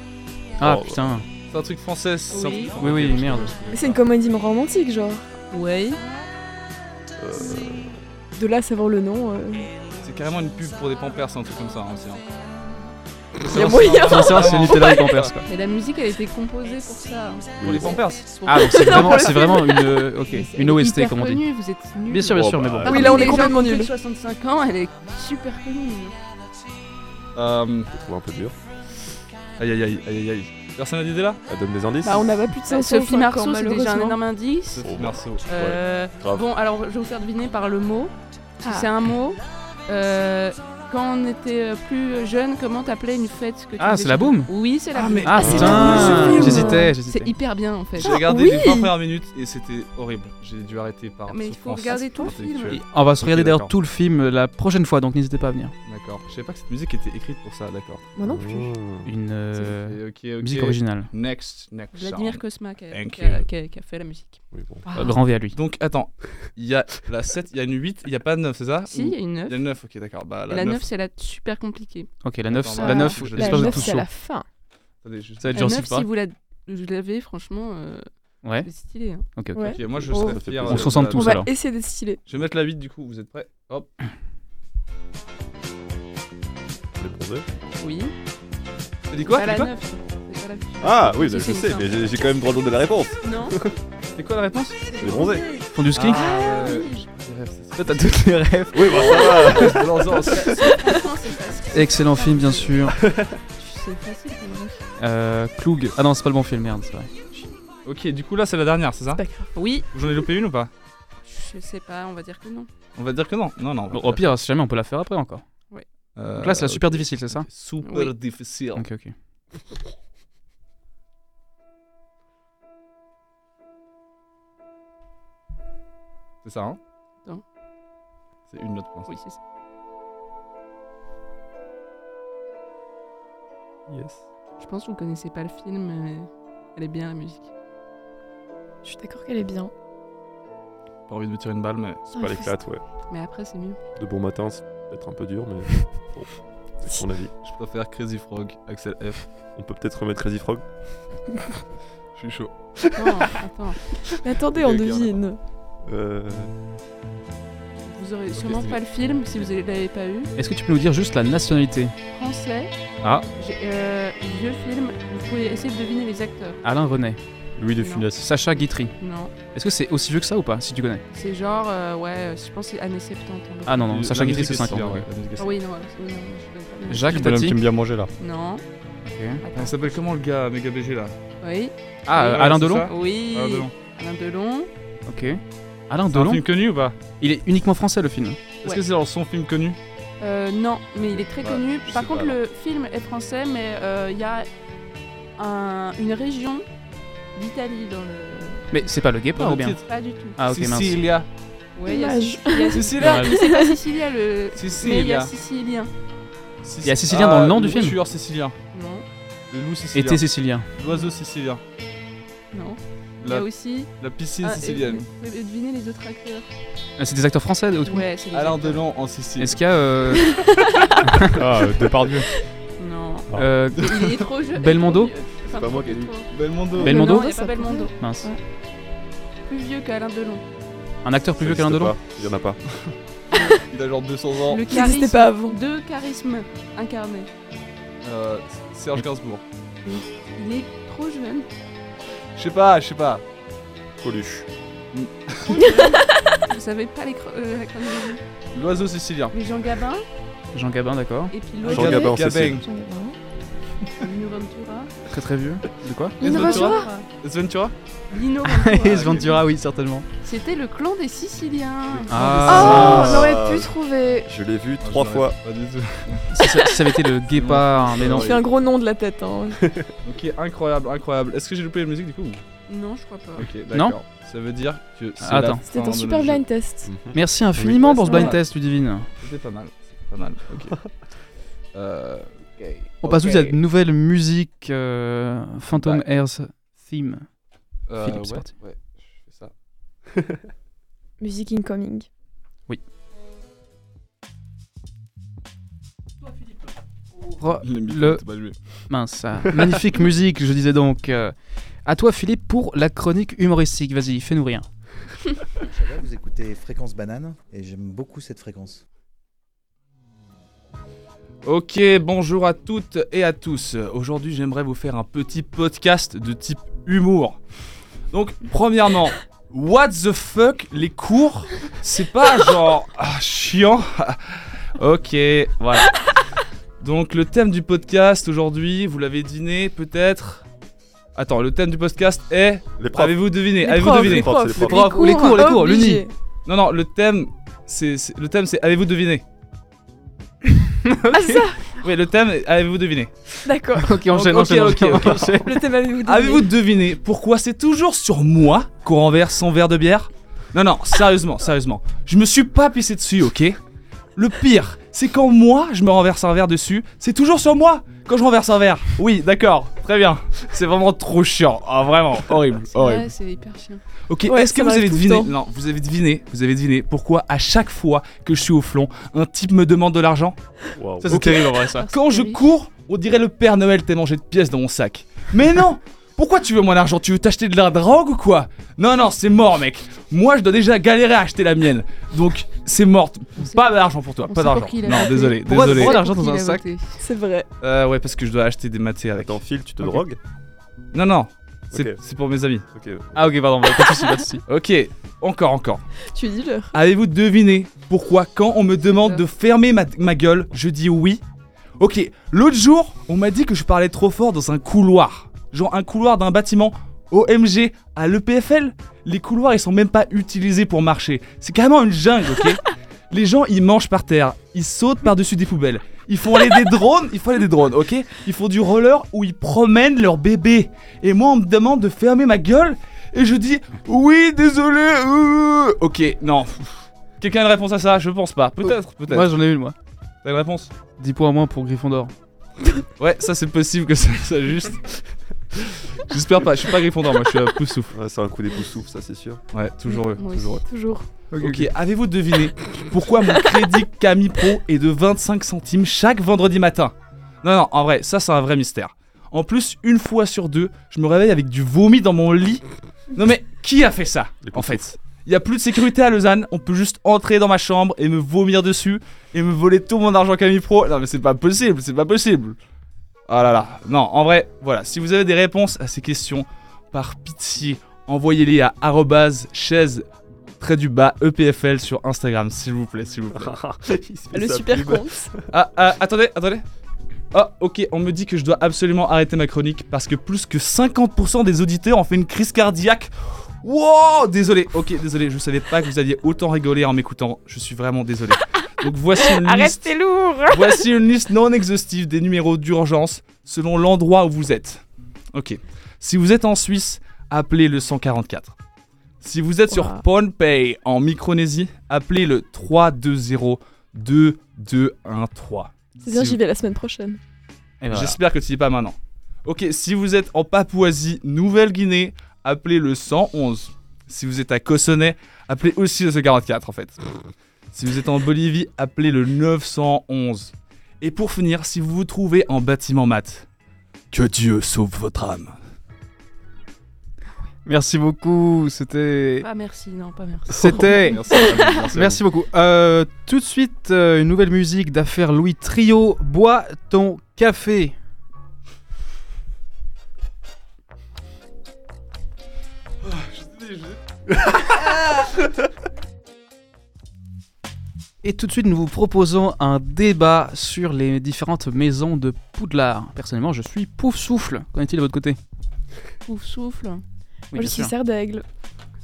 Speaker 6: Ah
Speaker 3: Oh.
Speaker 6: putain.
Speaker 1: c'est un truc français. c'est un
Speaker 8: Oui.
Speaker 1: truc-
Speaker 6: Oui, oui, merde.
Speaker 7: Mais c'est une comédie romantique, genre.
Speaker 8: Ouais.
Speaker 7: De là à savoir le nom. euh,
Speaker 1: C'est carrément une pub pour des Pampers, un truc comme ça hein, aussi. Hein.
Speaker 7: Il y a moyen.
Speaker 6: Faut savoir si c'est Nutella ou Pampers, quoi.
Speaker 8: Mais la musique elle a été composée pour ça. hein.
Speaker 1: Pour les Pampers.
Speaker 6: Ah, donc c'est
Speaker 7: Non, pour
Speaker 6: vraiment,
Speaker 7: le
Speaker 6: c'est vraiment une, euh, ok,
Speaker 8: Mais c'est-
Speaker 6: une
Speaker 8: elle est
Speaker 6: OST,
Speaker 8: hyper
Speaker 6: comme on dit.
Speaker 8: connue, vous êtes nuls.
Speaker 6: Bien sûr, bien
Speaker 3: Bon,
Speaker 6: sûr, mais
Speaker 3: bah,
Speaker 6: bon.
Speaker 7: Ah oui,
Speaker 8: Parmi
Speaker 7: là, on
Speaker 8: les
Speaker 7: est
Speaker 8: gens
Speaker 7: complètement
Speaker 8: qui ont plus de
Speaker 7: nuls.
Speaker 8: 65 ans, elle est super connue.
Speaker 1: Euh,
Speaker 3: Je trouve un peu dur.
Speaker 1: aïe aïe aïe aïe aïe. Personne n'a d'idée là
Speaker 3: Elle donne des indices
Speaker 7: Bah, on n'a pas plus de 500
Speaker 8: Sophie
Speaker 7: encore,
Speaker 8: Marceau, c'est déjà un
Speaker 7: malheureusement.
Speaker 8: énorme indice.
Speaker 1: Sophie Marceau.
Speaker 8: Euh,
Speaker 3: grave.
Speaker 8: bon, alors je vais vous faire deviner par le mot. Si
Speaker 7: Ah.
Speaker 8: c'est un mot. euh, quand on était euh, plus jeune, comment t'appelais une fête que tu
Speaker 6: Ah,
Speaker 8: faisais
Speaker 6: c'est
Speaker 8: chez
Speaker 6: la
Speaker 8: toi
Speaker 6: boum
Speaker 8: Oui, c'est la
Speaker 7: Ah,
Speaker 8: boum.
Speaker 7: mais-
Speaker 6: Ah
Speaker 7: c'est
Speaker 8: trop
Speaker 6: putain,
Speaker 8: bien.
Speaker 6: j'hésitais, j'hésitais.
Speaker 8: C'est hyper bien en fait.
Speaker 1: J'ai regardé
Speaker 7: oui
Speaker 1: les 20 premières minutes et c'était horrible. J'ai dû arrêter par.
Speaker 8: Mais il faut regarder tout le film.
Speaker 6: Et On va se
Speaker 1: Ok,
Speaker 6: regarder d'ailleurs
Speaker 1: d'accord.
Speaker 6: tout le film euh, la prochaine fois, donc n'hésitez pas à venir.
Speaker 1: D'accord. Je savais pas que cette musique était écrite pour ça, d'accord.
Speaker 7: Moi non plus.
Speaker 3: Mmh.
Speaker 6: Une euh,
Speaker 1: Et ok, ok.
Speaker 6: musique originale.
Speaker 1: Next, next.
Speaker 8: Vladimir
Speaker 1: song.
Speaker 8: Kosma qui a,
Speaker 1: Thank
Speaker 8: qui a-
Speaker 1: you.
Speaker 8: qui a- qui a fait la musique. Ah.
Speaker 3: Oui, bon.
Speaker 6: Euh, Grand V à lui.
Speaker 1: Donc attends, il y a la 7, il y a une 8, il y a pas de 9, c'est ça
Speaker 8: Si, il y a une
Speaker 1: Il y
Speaker 8: 9.
Speaker 1: a une 9, ok, d'accord. Bah,
Speaker 8: La 9, c'est la super compliquée.
Speaker 6: Ok, la 9,
Speaker 1: Attends,
Speaker 6: la
Speaker 7: bah,
Speaker 6: 9,
Speaker 1: je l'ai
Speaker 7: La
Speaker 6: j'espère que j'ai
Speaker 7: 9,
Speaker 6: tout
Speaker 7: c'est à
Speaker 6: chaud.
Speaker 7: la fin.
Speaker 1: Attendez, je-
Speaker 6: Ça va être
Speaker 8: La
Speaker 6: genre
Speaker 8: 9, si
Speaker 6: Silpa.
Speaker 8: vous la- vous l'avez, franchement, euh,
Speaker 6: Ouais,
Speaker 8: c'est stylé. hein.
Speaker 6: ok, ok.
Speaker 7: Ouais.
Speaker 1: Ok, moi je
Speaker 7: Oh.
Speaker 1: serais
Speaker 3: Ça fait
Speaker 1: fier.
Speaker 3: plaisir.
Speaker 1: euh,
Speaker 6: On se sent
Speaker 1: de la-
Speaker 6: tous
Speaker 7: On va
Speaker 6: alors.
Speaker 7: essayer d'être stylé.
Speaker 1: Je vais mettre la 8 du coup, vous êtes prêts Hop.
Speaker 3: Les bronzés.
Speaker 8: Oui.
Speaker 1: T'as dit quoi
Speaker 8: Pas
Speaker 1: T'as
Speaker 8: Bah, la
Speaker 1: dit quoi
Speaker 8: 9. c'est pas la-
Speaker 3: Ah oui,
Speaker 8: Si,
Speaker 3: bah,
Speaker 8: c'est
Speaker 3: je
Speaker 8: une
Speaker 3: sais,
Speaker 8: fin.
Speaker 3: mais j'ai j'ai quand même droit de donner la réponse.
Speaker 8: Non.
Speaker 1: C'était quoi la réponse
Speaker 3: Les bronzés.
Speaker 6: Fond du ski
Speaker 1: Ah, ouais, ouais, ouais. Toi, t'as toutes les rêves.
Speaker 3: Oui, bah ça va.
Speaker 1: Non, non, c'est-
Speaker 8: Franchement, c'est facile.
Speaker 6: Excellent film, bien sûr.
Speaker 8: C'est facile pour moi.
Speaker 6: Euh, Klug. Ah non, c'est pas le bon film, merde, c'est vrai.
Speaker 1: Ok, du coup là c'est la dernière, c'est ça
Speaker 7: Pas grave.
Speaker 8: Oui,
Speaker 1: J'en ai loupé une ou pas
Speaker 8: je sais pas, on va dire que non.
Speaker 1: On va dire que non. Non, non. on va
Speaker 6: Bon,
Speaker 1: faire-
Speaker 6: au pire, si jamais, on peut la faire après encore.
Speaker 1: Euh,
Speaker 6: Donc là, c'est la
Speaker 1: ok,
Speaker 6: super difficile, c'est ça
Speaker 1: ok, Super
Speaker 8: Oui.
Speaker 1: difficile.
Speaker 6: Ok, ok.
Speaker 1: C'est ça, hein
Speaker 8: Attends.
Speaker 1: C'est une note pour l'instant.
Speaker 8: Oui, c'est ça.
Speaker 3: Yes.
Speaker 8: Je pense que vous connaissez pas le film, mais elle est bien la musique.
Speaker 7: Je suis d'accord qu'elle est bien.
Speaker 1: Pas envie de me tirer une balle, mais.
Speaker 7: Ah,
Speaker 3: Pas
Speaker 7: faut-
Speaker 3: l'éclate, ouais.
Speaker 8: Mais après, c'est mieux.
Speaker 3: De bon matin, c'est peut-être un peu dur, mais bon, c'est mon avis.
Speaker 1: Je préfère Crazy Frog, Axel F.
Speaker 3: On peut peut-être remettre Crazy Frog.
Speaker 1: Je suis chaud.
Speaker 8: Attends, attends.
Speaker 7: Mais attendez, on
Speaker 1: Ok, ok, on a-
Speaker 7: devine.
Speaker 3: Euh...
Speaker 8: Vous aurez sûrement
Speaker 1: c'est
Speaker 8: pas le film si vous l'avez pas eu.
Speaker 6: Est-ce que tu peux nous dire juste la nationalité
Speaker 8: Français.
Speaker 6: Ah.
Speaker 8: J'ai- euh, vieux film. Vous pouvez essayer de deviner les acteurs.
Speaker 6: Alain René.
Speaker 5: Louis de
Speaker 8: Non.
Speaker 5: Funès.
Speaker 6: Sacha Guitry.
Speaker 8: Non.
Speaker 6: Est-ce que c'est aussi vieux que ça ou pas, si tu connais
Speaker 8: C'est genre, euh, ouais, je pense que c'est années 70. en fait.
Speaker 6: Ah non, non,
Speaker 1: La
Speaker 6: Sacha Guitry,
Speaker 1: musique hein,
Speaker 6: c'est
Speaker 1: est
Speaker 6: 50.
Speaker 1: stylée,
Speaker 6: ok.
Speaker 1: ouais, la musique est
Speaker 8: Ah
Speaker 1: stylée.
Speaker 8: oui, non, c'est- oui, non, je connais pas le nom.
Speaker 6: Jacques
Speaker 5: Le bonhomme qui
Speaker 6: Tati.
Speaker 5: aime bien manger là.
Speaker 8: Non.
Speaker 6: Ok.
Speaker 1: Il
Speaker 8: Attends.
Speaker 1: s'appelle comment le gars méga BG là
Speaker 8: Oui.
Speaker 6: Ah, euh,
Speaker 1: Ouais,
Speaker 6: Alain
Speaker 1: c'est
Speaker 6: Delon
Speaker 1: ça
Speaker 8: Oui.
Speaker 1: Ah, non.
Speaker 8: Alain Delon.
Speaker 6: Ok. Alain
Speaker 1: C'est un
Speaker 6: Delon
Speaker 1: film connu ou pas
Speaker 6: Il est uniquement français le film.
Speaker 1: Est-ce
Speaker 8: Ouais.
Speaker 1: que c'est genre son film connu
Speaker 8: Euh, non, mais il est très
Speaker 1: Ouais,
Speaker 8: connu.
Speaker 1: je
Speaker 8: Par
Speaker 1: sais
Speaker 8: contre,
Speaker 1: pas,
Speaker 8: le film est français, mais euh, il y a un- une région d'Italie dans le.
Speaker 6: Mais c'est pas le guépard
Speaker 1: Dans
Speaker 6: ou
Speaker 1: le
Speaker 6: bien
Speaker 1: titre.
Speaker 8: Pas du tout.
Speaker 6: Ah ok mince.
Speaker 1: Sicilia.
Speaker 8: Ouais, il y a.
Speaker 7: Dommage.
Speaker 1: <laughs>
Speaker 8: il y a-
Speaker 1: Sicilia.
Speaker 8: Mais c'est pas sicilien le. Mais il y
Speaker 1: Sicilia.
Speaker 8: a sicilien.
Speaker 1: Sic-
Speaker 6: Il y a Sicilien dans le nom du film.
Speaker 1: Le tueur sicilien.
Speaker 8: Non,
Speaker 1: Le loup
Speaker 6: Été
Speaker 1: sicilien.
Speaker 6: sicilien.
Speaker 1: L'oiseau sicilien.
Speaker 8: non. Il y
Speaker 1: La,
Speaker 8: a aussi.
Speaker 1: la piscine
Speaker 8: Ah, et
Speaker 1: sicilienne.
Speaker 8: vous pouvez deviner les autres acteurs.
Speaker 6: Ah, C'est des acteurs français ou tout
Speaker 8: Ouais, c'est les
Speaker 1: Alain
Speaker 8: acteurs.
Speaker 1: Delon en Sicile.
Speaker 6: Est-ce qu'il y a euh,
Speaker 5: Ah, euh, Depardieu.
Speaker 7: <laughs>
Speaker 8: Non.
Speaker 6: <laughs> euh,
Speaker 8: Il est trop jeune.
Speaker 6: Belmondo
Speaker 8: il est trop vieux. Enfin,
Speaker 3: pas moi
Speaker 8: trop-
Speaker 3: qui ai dit.
Speaker 8: trop-
Speaker 1: Belmondo.
Speaker 6: Bel- Belmondo
Speaker 8: Non, il y a
Speaker 7: Ça
Speaker 8: pas
Speaker 7: pourrait.
Speaker 8: Belmondo.
Speaker 6: Ben mince.
Speaker 8: Plus vieux qu'Alain Delon.
Speaker 6: un acteur plus vieux qu'Alain Delon
Speaker 3: Il y en a pas.
Speaker 1: Il a genre 200 ans.
Speaker 8: Le
Speaker 7: Qui n'existait
Speaker 8: charisme.
Speaker 7: pas avant.
Speaker 8: Deux charismes incarnés.
Speaker 1: Euh, Serge Gainsbourg.
Speaker 8: Il est trop jeune.
Speaker 1: Je sais pas, je sais pas.
Speaker 3: Coluche.
Speaker 8: Vous savez pas les chro- euh, la chronologie.
Speaker 1: L'oiseau sicilien.
Speaker 8: Mais Jean Gabin
Speaker 6: Jean Gabin, d'accord.
Speaker 8: Et puis
Speaker 3: Jean
Speaker 8: l'autre,
Speaker 3: Gabin, c'est
Speaker 1: Gabin.
Speaker 7: J'en ai vraiment.
Speaker 8: Lino Ventura.
Speaker 6: Très très vieux. De quoi
Speaker 1: Les
Speaker 7: Lino
Speaker 1: Ventura
Speaker 7: Ventura
Speaker 1: Ventura
Speaker 8: Lino
Speaker 6: <laughs> Et
Speaker 8: Ventura.
Speaker 6: Ventura, oui, certainement.
Speaker 8: C'était le clan des Siciliens.
Speaker 7: Oh,
Speaker 6: Ah.
Speaker 7: on aurait pu trouver.
Speaker 3: Je l'ai vu trois
Speaker 1: Ah, je
Speaker 3: fois.
Speaker 1: l'aurais Pas du tout.
Speaker 6: Si ça, si ça avait été le guépard, mais non.
Speaker 7: Je fais un gros nom de la tête. Hein.
Speaker 1: Ok, incroyable, incroyable. Est-ce que j'ai loupé la musique du coup ou-
Speaker 8: Non, je crois pas.
Speaker 1: Ok,
Speaker 6: Non.
Speaker 1: d'accord. Ça veut dire que c'est
Speaker 6: Attends.
Speaker 1: la
Speaker 7: C'était
Speaker 1: fin
Speaker 7: un
Speaker 1: de
Speaker 7: super
Speaker 1: le jeu.
Speaker 7: blind test.
Speaker 3: Mhm.
Speaker 6: Merci infiniment pour ce blind
Speaker 7: Ouais.
Speaker 6: test, Ludivine.
Speaker 1: C'était pas mal, c'était pas mal. Ok. euh, ok.
Speaker 6: On passe tout de
Speaker 1: Ok.
Speaker 6: suite à cette nouvelle musique euh, Phantom Airs Theme.
Speaker 1: Euh,
Speaker 6: Philippe, c'est
Speaker 1: ouais,
Speaker 6: parti.
Speaker 1: ouais, je fais ça.
Speaker 7: Musique incoming.
Speaker 6: Re-
Speaker 1: Le micro
Speaker 6: le-
Speaker 1: était pas allumé.
Speaker 6: Oh, Mince, ah. magnifique <laughs> musique, je disais donc. euh, à toi, Philippe, pour la chronique humoristique. Vas-y, fais-nous rien.
Speaker 9: Chabal, vous écoutez Fréquence Banane et j'aime beaucoup cette fréquence.
Speaker 1: Ok, bonjour à toutes et à tous. Aujourd'hui, j'aimerais vous faire un petit podcast de type humour. Donc, premièrement, what the fuck, les cours C'est pas genre ah, chiant. ok, voilà. Donc, le thème du podcast aujourd'hui, vous l'avez deviné peut-être. Attends, le thème du podcast est.
Speaker 3: Les profs.
Speaker 1: Avez-vous deviné
Speaker 7: Les
Speaker 1: Avez-vous
Speaker 7: profs,
Speaker 1: deviné
Speaker 7: les
Speaker 3: profs,
Speaker 7: profs,
Speaker 3: c'est les
Speaker 1: profs.
Speaker 6: Les cours, les cours, l'uni.
Speaker 7: obligés.
Speaker 1: Non, non, le thème, c'est c'est- le thème, c'est avez-vous deviné
Speaker 7: <laughs> Ah ça
Speaker 1: Oui, le thème, est avez-vous deviné
Speaker 7: D'accord.
Speaker 6: <laughs> Ok, enchaîne,
Speaker 1: Ok,
Speaker 6: enchaîne,
Speaker 1: ok,
Speaker 6: enchaîne,
Speaker 1: ok.
Speaker 6: enchaîne.
Speaker 7: Le thème avez-vous deviné
Speaker 1: Avez-vous deviné pourquoi c'est toujours sur moi qu'on renverse son verre de bière Non, non, sérieusement, sérieusement. Je me suis pas pissé dessus, ok Le pire, c'est quand moi je me renverse un verre dessus, c'est toujours sur moi quand je renverse un verre. Oui, d'accord, très bien. C'est vraiment trop chiant. Ah, vraiment, horrible, horrible.
Speaker 8: Ouais, c'est hyper chiant.
Speaker 1: Ok,
Speaker 7: Ouais,
Speaker 1: est-ce que
Speaker 7: ça
Speaker 1: vous
Speaker 7: m'arrive
Speaker 1: avez
Speaker 7: tout le
Speaker 1: deviné
Speaker 7: temps.
Speaker 1: Non, vous avez deviné, vous avez deviné pourquoi à chaque fois que je suis au flon, un type me demande de l'argent
Speaker 5: Waouh.
Speaker 1: Ça, c'est terrible en vrai,
Speaker 8: ça.
Speaker 1: Quand je cours, on dirait le Père Noël tellement j'ai de pièces dans mon sac. Mais <laughs> non Pourquoi tu veux mon argent Tu veux t'acheter de la drogue ou quoi Non, non, c'est mort, mec. Moi, je dois déjà galérer à acheter la mienne. Donc, c'est mort.
Speaker 8: On sait-
Speaker 1: Pas d'argent pour toi,
Speaker 8: on
Speaker 1: pas
Speaker 8: sait
Speaker 1: d'argent.
Speaker 8: pour qui il a
Speaker 1: Non,
Speaker 8: <laughs> voté.
Speaker 1: désolé,
Speaker 6: Pourquoi-
Speaker 1: désolé.
Speaker 6: pourquoi- l'argent
Speaker 8: Pour qui
Speaker 6: dans
Speaker 8: il
Speaker 6: un
Speaker 8: a
Speaker 6: sac
Speaker 8: voté
Speaker 7: C'est vrai.
Speaker 1: Euh, ouais, parce que je dois acheter des matés avec.
Speaker 3: Attends, Phil, tu te
Speaker 1: Ok.
Speaker 3: drogues
Speaker 1: Non, non. C'est
Speaker 3: Ok.
Speaker 1: c'est pour mes amis.
Speaker 3: Ok.
Speaker 6: Ah, ok, pardon, bah, pas de soucis, pas de soucis.
Speaker 1: Ok, encore, encore.
Speaker 7: Tu dis leur.
Speaker 1: Avez-vous deviné pourquoi quand on me demande de fermer ma, ma gueule, je dis oui Ok, l'autre jour, on m'a dit que je parlais trop fort dans un couloir. Genre un couloir d'un bâtiment OMG à l'EPFL Les couloirs, ils sont même pas utilisés pour marcher. C'est carrément une jungle, ok Les gens, ils mangent par terre, ils sautent par-dessus des poubelles. Ils font aller des drones, ils font aller des drones, ok Ils font du roller où ils promènent leur bébé. Et moi, on me demande de fermer ma gueule et je dis oui, désolé. euh. Ok, non. Euh, Quelqu'un a une réponse à ça Je pense pas. Peut-être, peut-être.
Speaker 6: Moi, j'en ai une, moi.
Speaker 1: T'as une réponse
Speaker 6: 10 points à moins pour Gryffondor.
Speaker 1: Ouais, ça c'est possible que ça, ça juste. J'espère pas. Je suis pas Gryffondor, moi. Je suis euh, Poussouf.
Speaker 3: Ouais, c'est un coup des poussoufs, ça c'est sûr.
Speaker 1: Ouais, toujours eux.
Speaker 8: Moi
Speaker 1: toujours eux.
Speaker 7: Toujours.
Speaker 1: Ok, avez-vous deviné pourquoi mon crédit Camille Pro est de 25 centimes chaque vendredi matin Non, non, en vrai, ça c'est un vrai mystère. En plus, une fois sur deux, je me réveille avec du vomi dans mon lit. Non mais, qui a fait ça
Speaker 3: Les
Speaker 1: En fait, il y a plus de sécurité à Lausanne, on peut juste entrer dans ma chambre et me vomir dessus et me voler tout mon argent Camille Pro. Non mais c'est pas possible, c'est pas possible. Ah là là, non, en vrai, voilà, si vous avez des réponses à ces questions, par pitié, envoyez-les à arrobase chaise trait du bas E EPFL sur Instagram, s'il vous plaît, s'il vous plaît.
Speaker 7: Le super
Speaker 3: bah,
Speaker 7: compte.
Speaker 1: Ah, ah, attendez, attendez. Ah, ok, on me dit que je dois absolument arrêter ma chronique parce que plus que 50% des auditeurs ont fait une crise cardiaque. Wow, désolé, ok, désolé, je savais pas que vous aviez autant rigolé en m'écoutant, je suis vraiment désolé. Donc voici
Speaker 10: Ah,
Speaker 1: une
Speaker 7: Arrête,
Speaker 1: liste,
Speaker 7: t'es lourd.
Speaker 1: voici une liste non exhaustive des numéros d'urgence selon l'endroit où vous êtes. Ok, si vous êtes en Suisse, appelez le 144. Si vous êtes sur
Speaker 7: Ouah.
Speaker 1: PhonePay en Micronésie, appelez le 320 2213.
Speaker 7: C'est bien,
Speaker 1: Si
Speaker 7: j'y vais la semaine prochaine.
Speaker 6: Et voilà.
Speaker 1: J'espère que tu dis pas maintenant. Ok, si vous êtes en Papouasie, Nouvelle-Guinée, appelez le 111. Si vous êtes à Cossonay, appelez aussi le 144 en fait. Si vous êtes en Bolivie, appelez le 911. Et pour finir, si vous vous trouvez en bâtiment mat, que Dieu sauve votre âme.
Speaker 6: Merci beaucoup,
Speaker 1: <laughs>
Speaker 6: c'était.
Speaker 8: Pas merci, non, pas merci.
Speaker 6: C'était.
Speaker 1: Merci, merci,
Speaker 6: Merci beaucoup. Euh, tout de suite, euh, une nouvelle musique d'affaires Louis Trio. Bois ton café. Et tout de suite, nous vous proposons un débat sur les différentes maisons de Poudlard. Personnellement, je suis pouf souffle. Qu'en est-il de votre côté
Speaker 8: Ouf, souffle.
Speaker 7: Moi, je suis serre d'aigle.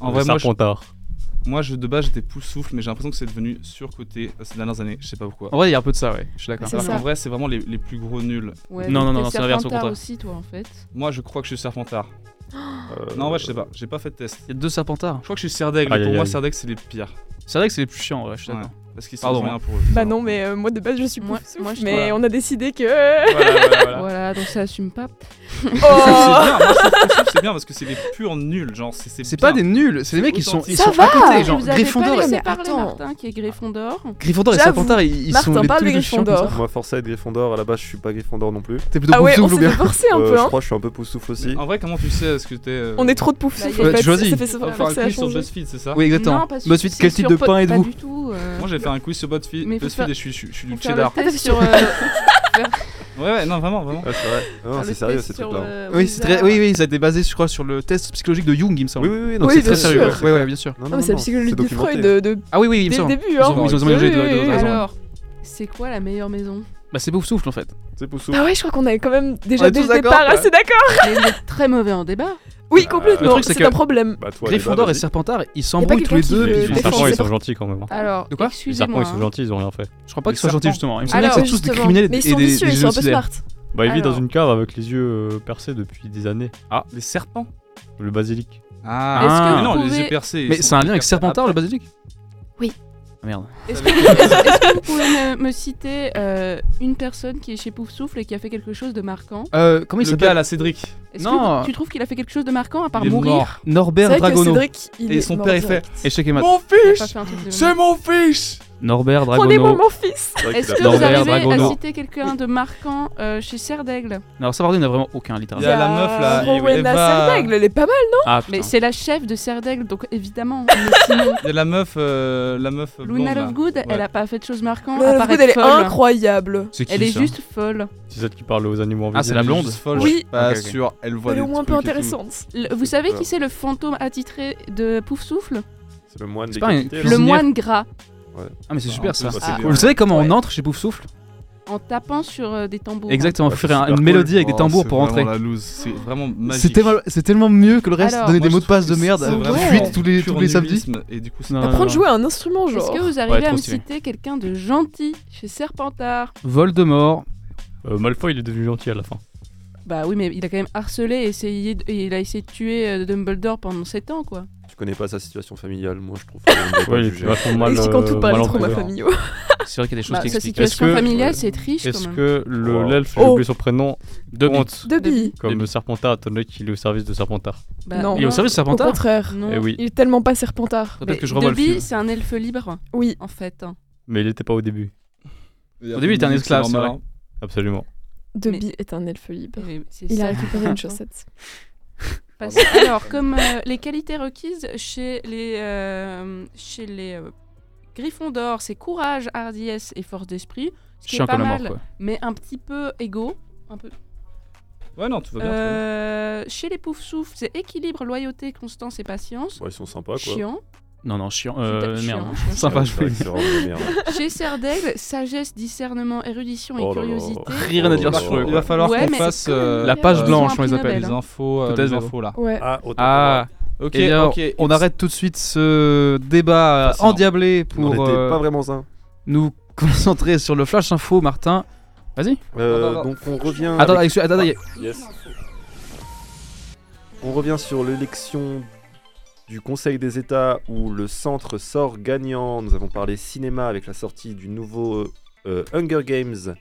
Speaker 1: En vrai, moi, je- moi, je, de base, j'étais pouce souffle, mais j'ai l'impression que c'est devenu surcoté euh, ces dernières années. Je sais pas pourquoi.
Speaker 6: En vrai, il y a un peu de ça, ouais. Je suis d'accord.
Speaker 7: C'est
Speaker 1: Alors
Speaker 7: ça.
Speaker 1: qu'en vrai, c'est vraiment les, les plus gros nuls.
Speaker 8: Ouais,
Speaker 6: Non,
Speaker 8: mais
Speaker 6: non, non,
Speaker 8: t'es
Speaker 6: c'est l'inverse, au
Speaker 8: serpentard
Speaker 6: contraire.
Speaker 8: aussi, toi, en fait.
Speaker 1: Moi, je crois que je suis serpentard.
Speaker 3: Euh,
Speaker 1: Non, ouais, je sais pas. J'ai pas fait de test.
Speaker 6: Il y a deux serpentards.
Speaker 1: Je crois que je suis serre d'aigle.
Speaker 5: Aïe,
Speaker 1: Pour
Speaker 5: aïe,
Speaker 1: moi,
Speaker 5: aïe.
Speaker 1: serre d'aigle, c'est les pires.
Speaker 6: C'est vrai que c'est les plus chiants, ouais, je suis d'accord.
Speaker 1: Parce qu'ils
Speaker 6: Pardon,
Speaker 1: sont
Speaker 6: hein.
Speaker 1: rien pour eux.
Speaker 10: Bah non, mais euh, moi de base je suis
Speaker 8: Moi-
Speaker 10: moi,
Speaker 8: moi, je-
Speaker 10: mais
Speaker 8: voilà.
Speaker 10: on a décidé que.
Speaker 5: Voilà, voilà, voilà.
Speaker 8: <laughs> Voilà, donc ça assume pas.
Speaker 1: C'est
Speaker 10: Oh
Speaker 1: bien, moi, je trouve que pouce souffle, c'est bien parce que c'est les purs nuls. Genre, c'est
Speaker 6: C'est
Speaker 1: bien.
Speaker 6: pas des nuls, c'est des mecs qui sont, ils
Speaker 1: Ça
Speaker 6: sont à côté, genre
Speaker 8: vous avez pas
Speaker 6: Gryffondor.
Speaker 8: laissé
Speaker 10: mais
Speaker 8: parler
Speaker 10: attends.
Speaker 8: Martin, qui est Gryffondor.
Speaker 6: Gryffondor et
Speaker 10: J'avoue.
Speaker 6: Serpentard, ils, ils
Speaker 10: Martin,
Speaker 6: sont les
Speaker 10: parle
Speaker 6: tous
Speaker 10: de
Speaker 6: les deux chiants comme ça.
Speaker 10: Gryffondor.
Speaker 3: Moi, forcé à être Gryffondor, à la base, je suis pas Gryffondor non plus.
Speaker 6: T'es plutôt
Speaker 10: Ah ouais,
Speaker 6: pouf
Speaker 10: on
Speaker 6: souffle ou
Speaker 10: s'est
Speaker 6: bien
Speaker 10: divorcé un
Speaker 3: Euh,
Speaker 10: peu,
Speaker 3: Je
Speaker 10: hein.
Speaker 3: crois que je suis un peu poussoufle aussi.
Speaker 1: En vrai, comment tu sais ce que t'es. euh,
Speaker 10: On est trop de pouf souffle.
Speaker 8: Bah,
Speaker 10: en fait.
Speaker 6: choisis.
Speaker 10: Ça fait ça
Speaker 1: On va faire un
Speaker 10: forcer à
Speaker 1: quiz sur
Speaker 10: changer.
Speaker 1: BuzzFeed, c'est ça
Speaker 6: Oui, exactement.
Speaker 8: Non, pas sur-
Speaker 6: Buzzfeed,
Speaker 8: c'est
Speaker 6: quel type
Speaker 8: sur
Speaker 6: de
Speaker 8: pot-
Speaker 6: pain
Speaker 8: Pas
Speaker 6: êtes-vous
Speaker 8: du tout. euh,
Speaker 1: Moi, j'ai fait un quiz sur BuzzFeed
Speaker 8: Mais faut
Speaker 1: BuzzFeed
Speaker 8: faire-
Speaker 1: et je suis- je suis je suis du
Speaker 8: faut faire
Speaker 1: cheddar.
Speaker 8: le test sur, euh,
Speaker 1: Ouais, ouais, non, vraiment, vraiment.
Speaker 3: Ah, c'est vrai. Ah, non,
Speaker 8: faire le
Speaker 3: c'est sérieux
Speaker 8: test
Speaker 3: ces
Speaker 8: sur,
Speaker 3: trucs-là.
Speaker 8: euh,
Speaker 6: Oui, c'est très,
Speaker 8: Wizard.
Speaker 6: oui, oui, ça a été basé, je crois, sur le test psychologique de Jung, il me semble.
Speaker 3: Oui, oui, oui, non,
Speaker 10: Oui,
Speaker 3: c'est
Speaker 10: bien
Speaker 3: très
Speaker 10: sûr.
Speaker 3: sérieux.
Speaker 10: ouais.
Speaker 6: Ouais, ouais, bien sûr.
Speaker 7: Ah,
Speaker 3: Non,
Speaker 10: Non, mais c'est la psychologie de
Speaker 3: documenté.
Speaker 10: Freud de, de-
Speaker 6: Ah oui, oui, il me
Speaker 10: dès le
Speaker 6: semble.
Speaker 10: début,
Speaker 6: Ils
Speaker 10: hein.
Speaker 6: ont- ils ont mélangé les deux, les deux
Speaker 10: Oui, oui, oui.
Speaker 6: raisons.
Speaker 8: Alors, c'est quoi la meilleure maison
Speaker 6: Bah, c'est pouf souffle en fait.
Speaker 3: C'est poussoufle.
Speaker 10: Ah ouais, je crois qu'on avait quand même déjà
Speaker 6: est
Speaker 10: dès
Speaker 6: tous
Speaker 10: le
Speaker 6: d'accord,
Speaker 10: départ
Speaker 6: quoi.
Speaker 10: assez d'accord.
Speaker 8: Mais vous êtes très mauvais en débat.
Speaker 10: Oui, complètement.
Speaker 6: le truc, c'est
Speaker 10: c'est
Speaker 6: que-
Speaker 10: un problème.
Speaker 3: Bah, toi,
Speaker 6: Gryffondor
Speaker 3: les
Speaker 6: et
Speaker 3: gars,
Speaker 6: Serpentard,
Speaker 10: Y
Speaker 6: ils
Speaker 10: a pas
Speaker 6: s'embrouillent tous
Speaker 10: quelqu'un
Speaker 6: les
Speaker 10: qui
Speaker 6: deux.
Speaker 10: le
Speaker 6: puis
Speaker 5: Les
Speaker 6: ils
Speaker 10: défend,
Speaker 6: s'entendent.
Speaker 5: serpents,
Speaker 10: c'est
Speaker 5: ils sont
Speaker 10: pas-
Speaker 5: gentils quand même. hein.
Speaker 8: Alors,
Speaker 6: De quoi
Speaker 5: Les
Speaker 8: excusez-moi.
Speaker 5: serpents, ils sont
Speaker 8: hein.
Speaker 5: gentils, ils ont rien fait.
Speaker 6: Je crois pas
Speaker 1: Les
Speaker 6: qu'ils soient gentils
Speaker 1: serpents.
Speaker 6: justement. Il me semble que c'est
Speaker 8: Alors,
Speaker 6: tous des
Speaker 10: justement.
Speaker 6: criminels et
Speaker 10: Mais
Speaker 6: des,
Speaker 10: ils sont
Speaker 6: des-
Speaker 10: vicieux,
Speaker 6: des
Speaker 10: ils sont un peu
Speaker 6: génocidaires.
Speaker 10: smart.
Speaker 5: Bah, il vit
Speaker 8: Alors.
Speaker 5: dans une cave avec les yeux euh, percés depuis des années.
Speaker 1: Ah, les serpents
Speaker 5: Le basilic.
Speaker 1: Ah,
Speaker 8: Est-ce que
Speaker 1: Mais
Speaker 8: vous
Speaker 1: non, les
Speaker 8: pouvez-
Speaker 1: yeux percés.
Speaker 6: Mais c'est un lien avec Serpentard, le basilic
Speaker 7: Oui.
Speaker 6: Ah, Merde.
Speaker 8: Est-ce que, est-ce- est-ce que vous pouvez me, me citer euh, une personne qui est chez Pouf Souffle et qui a fait quelque chose de marquant
Speaker 6: Euh, comment il
Speaker 1: Le gars
Speaker 6: s'appelle
Speaker 1: là, Cédric.
Speaker 8: Est-ce
Speaker 6: Non.
Speaker 8: que tu trouves qu'il a fait quelque chose de marquant à part
Speaker 1: Il est
Speaker 8: mourir
Speaker 1: mort.
Speaker 10: C'est
Speaker 6: Norbert
Speaker 10: vrai que
Speaker 6: Dragono.
Speaker 10: Cédric, il
Speaker 1: Et
Speaker 10: est
Speaker 1: son
Speaker 10: mort
Speaker 1: père est fait.
Speaker 10: direct.
Speaker 6: Échec et mat.
Speaker 1: Mon
Speaker 8: Il a pas
Speaker 1: fils
Speaker 8: fait un truc de
Speaker 1: C'est mon fils
Speaker 6: Norbert
Speaker 10: Prenez-moi
Speaker 6: Dragono.
Speaker 10: mon fils.
Speaker 3: c'est vrai qu'il
Speaker 8: Est-ce
Speaker 3: a
Speaker 8: que
Speaker 3: pas
Speaker 8: vous
Speaker 6: Norbert
Speaker 8: arrivez
Speaker 6: Dragono.
Speaker 8: à citer quelqu'un de marquant euh, chez Serre d'Aigle
Speaker 6: Alors, ça, par contre, il n'y en a vraiment aucun
Speaker 1: Il y a
Speaker 6: littéralement.
Speaker 1: la meuf là.
Speaker 10: Ah, Rowan
Speaker 1: Eva-
Speaker 10: Hasselbeck, elle est pas mal.
Speaker 6: Ah, putain.
Speaker 8: Mais c'est la chef de Serre d'Aigle, donc
Speaker 1: <laughs>
Speaker 8: évidemment. Mais sinon,
Speaker 1: Il y a la meuf. euh, La meuf.
Speaker 8: Luna
Speaker 1: blonde, là.
Speaker 8: Lovegood,
Speaker 1: Ouais.
Speaker 8: elle a pas fait de choses marquantes à
Speaker 10: Le
Speaker 8: part
Speaker 10: Lovegood,
Speaker 8: être
Speaker 10: elle est
Speaker 8: folle.
Speaker 10: incroyable.
Speaker 6: C'est qui
Speaker 8: Elle est
Speaker 6: ça
Speaker 8: juste folle.
Speaker 5: C'est celle qui parle aux animaux en
Speaker 6: Ah, c'est la
Speaker 5: vie.
Speaker 6: blonde. Ah,
Speaker 1: Juste folle,
Speaker 10: Oui.
Speaker 1: je suis Pas
Speaker 5: Ok, ok.
Speaker 1: sûr, elle voit
Speaker 10: Elle est
Speaker 1: des
Speaker 10: au moins un peu
Speaker 1: trucs et tout.
Speaker 10: intéressante.
Speaker 8: Le-
Speaker 3: fait
Speaker 8: vous savez
Speaker 3: peur.
Speaker 8: qui c'est le fantôme attitré de Pouf Souffle
Speaker 3: C'est le moine
Speaker 6: C'est pas un
Speaker 3: décapité, là.
Speaker 8: Le
Speaker 6: Cuisinière.
Speaker 8: moine gras.
Speaker 6: Ah, mais c'est
Speaker 1: Ah, en
Speaker 6: super ça.
Speaker 1: plus,
Speaker 8: Ah.
Speaker 1: c'est bien.
Speaker 6: Vous savez comment on
Speaker 8: Ouais.
Speaker 6: entre chez Pouf Souffle
Speaker 8: en tapant sur euh, des tambours.
Speaker 6: Exactement, faut
Speaker 3: c'est
Speaker 6: faire un-
Speaker 3: super
Speaker 6: une
Speaker 3: cool.
Speaker 6: mélodie avec des
Speaker 1: Oh,
Speaker 6: tambours pour
Speaker 1: c'est
Speaker 6: rentrer.
Speaker 1: vraiment la loose, C'est vraiment magique.
Speaker 6: C'est tellement, c'est tellement mieux que le reste,
Speaker 8: Alors,
Speaker 6: donner
Speaker 1: Moi,
Speaker 6: des
Speaker 1: je
Speaker 6: mots de
Speaker 1: trouve
Speaker 6: passe
Speaker 1: que
Speaker 6: de merde,
Speaker 1: c'est vraiment
Speaker 6: fuite tous les,
Speaker 1: pur
Speaker 6: tous les samedis.
Speaker 1: nihilisme, Et du coup, c'est
Speaker 6: Non, non,
Speaker 10: Apprendre
Speaker 6: non.
Speaker 10: à jouer à un instrument,
Speaker 8: Est-ce
Speaker 10: genre.
Speaker 8: que vous arrivez
Speaker 6: trop
Speaker 8: à me
Speaker 6: stylé.
Speaker 8: citer quelqu'un de gentil chez Serpentard
Speaker 6: Voldemort.
Speaker 5: Euh, Malfoy, il est devenu gentil à la fin.
Speaker 8: Bah oui, mais il a quand même harcelé et, essayé de- et il a essayé de tuer euh, Dumbledore pendant 7 ans, quoi.
Speaker 3: Tu connais pas sa situation familiale, moi je trouve. <laughs> qu'on ne peut pas
Speaker 5: Ouais, il
Speaker 3: juger.
Speaker 5: est vachement
Speaker 7: Bah,
Speaker 5: mal.
Speaker 10: Et si quand tout
Speaker 5: euh,
Speaker 10: parle
Speaker 5: mal
Speaker 10: trop ma
Speaker 5: entouré.
Speaker 10: famille.
Speaker 6: C'est vrai qu'il y a des choses
Speaker 8: Bah,
Speaker 6: qui
Speaker 8: sa
Speaker 6: expliquent.
Speaker 8: situation
Speaker 5: Est-ce que-
Speaker 6: euh,
Speaker 8: familiale, c'est triche,
Speaker 5: Est-ce
Speaker 8: quand même.
Speaker 5: que le-
Speaker 3: Wow.
Speaker 5: l'elfe, j'ai
Speaker 10: Oh.
Speaker 5: oublié son prénom, honte
Speaker 10: Dobby.
Speaker 5: comme Serpentard, étant donné qu'il est au service de Serpentard
Speaker 8: Bah,
Speaker 10: Non.
Speaker 6: Il est au service de
Speaker 10: Au
Speaker 6: Serpentard
Speaker 10: contraire.
Speaker 8: Non.
Speaker 5: Eh oui,
Speaker 10: Il est tellement pas serpentard.
Speaker 8: Mais
Speaker 6: Peut-être que je revois le
Speaker 8: Dobby,
Speaker 6: film.
Speaker 8: c'est un elfe libre,
Speaker 10: Oui.
Speaker 8: en fait. hein.
Speaker 5: mais il n'était pas au début,
Speaker 1: Au
Speaker 6: début, il était un esclave, c'est vrai.
Speaker 5: absolument.
Speaker 10: Dobby est un elfe libre.
Speaker 8: Et c'est
Speaker 7: Il
Speaker 8: ça.
Speaker 7: a
Speaker 10: <laughs>
Speaker 7: récupéré une chaussette.
Speaker 8: <laughs> Parce- Alors, comme euh, les qualités requises chez les, euh, chez les euh, Gryffondor, c'est courage, hardiesse et force d'esprit, ce qui est
Speaker 6: Chiant
Speaker 8: pas
Speaker 6: comme la mort,
Speaker 8: mal,
Speaker 6: quoi.
Speaker 8: mais un petit peu égaux. Un peu.
Speaker 1: Ouais, non, tout va bien. tout va bien.
Speaker 8: Euh, chez les poufs souffles, c'est équilibre, loyauté, constance et patience.
Speaker 3: Ouais, ils sont sympas quoi.
Speaker 8: Chiant.
Speaker 6: Non, non, chiant.
Speaker 8: Putain,
Speaker 6: Euh,
Speaker 8: chiant,
Speaker 6: merde.
Speaker 8: chiant, chiant.
Speaker 6: Sympa
Speaker 3: Ouais,
Speaker 6: joué.
Speaker 3: c'est vrai que c'est vraiment de la merde.
Speaker 8: Chez Serre d'Aigle, sagesse, discernement, érudition et
Speaker 3: Oh là là.
Speaker 8: curiosité.
Speaker 3: <laughs>
Speaker 6: Rien à dire
Speaker 3: Oh là
Speaker 6: sur
Speaker 3: là.
Speaker 6: eux.
Speaker 1: Il va falloir
Speaker 8: Ouais,
Speaker 1: qu'on
Speaker 8: mais
Speaker 1: fasse
Speaker 8: c'est quand même
Speaker 1: euh,
Speaker 6: La page
Speaker 1: euh,
Speaker 6: blanche,
Speaker 8: Ils ont
Speaker 6: on les
Speaker 8: un prix
Speaker 6: appelle.
Speaker 1: Les
Speaker 8: Nobel.
Speaker 1: infos, euh,
Speaker 6: Tout à
Speaker 1: les
Speaker 6: zéro.
Speaker 1: infos là.
Speaker 10: Ouais.
Speaker 3: Ah, autant
Speaker 6: Ah,
Speaker 1: Ok,
Speaker 6: eh bien,
Speaker 1: ok.
Speaker 6: on arrête tout de suite ce débat
Speaker 1: Fascinant.
Speaker 6: endiablé
Speaker 3: pour moi. On
Speaker 6: pour
Speaker 3: était
Speaker 6: euh,
Speaker 3: pas vraiment un.
Speaker 6: nous concentrer sur le flash info, Martin. Vas-y.
Speaker 3: Euh,
Speaker 1: attends,
Speaker 3: donc on revient.
Speaker 6: Attends,
Speaker 3: avec-
Speaker 6: Alexis, attends, attends,
Speaker 3: Yes. On revient sur l'élection du Conseil des États où le centre sort gagnant. Nous avons parlé cinéma avec la sortie du nouveau euh, Hunger Games.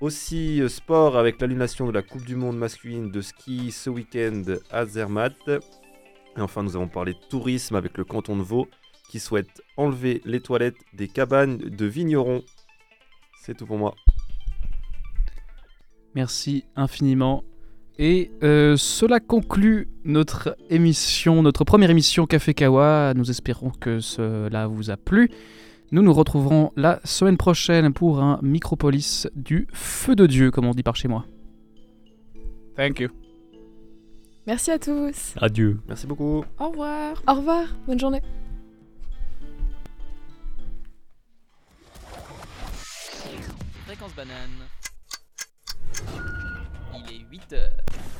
Speaker 3: Aussi euh, sport avec l'annulation de la Coupe du Monde masculine de ski ce week-end à Zermatt. Et enfin, nous avons parlé tourisme avec le canton de Vaud qui souhaite enlever les toilettes des cabanes de vignerons. C'est tout pour moi.
Speaker 6: Merci infiniment. Et euh, cela conclut notre émission, notre première émission Café Kawa. Nous espérons que cela vous a plu. Nous nous retrouverons la semaine prochaine pour un Micropolis du feu de Dieu, comme on dit par chez moi.
Speaker 1: Thank you.
Speaker 7: Merci à tous.
Speaker 5: Adieu.
Speaker 3: Merci beaucoup.
Speaker 8: Au revoir.
Speaker 7: Au revoir. Bonne journée.
Speaker 11: banane. Il est 8 heures.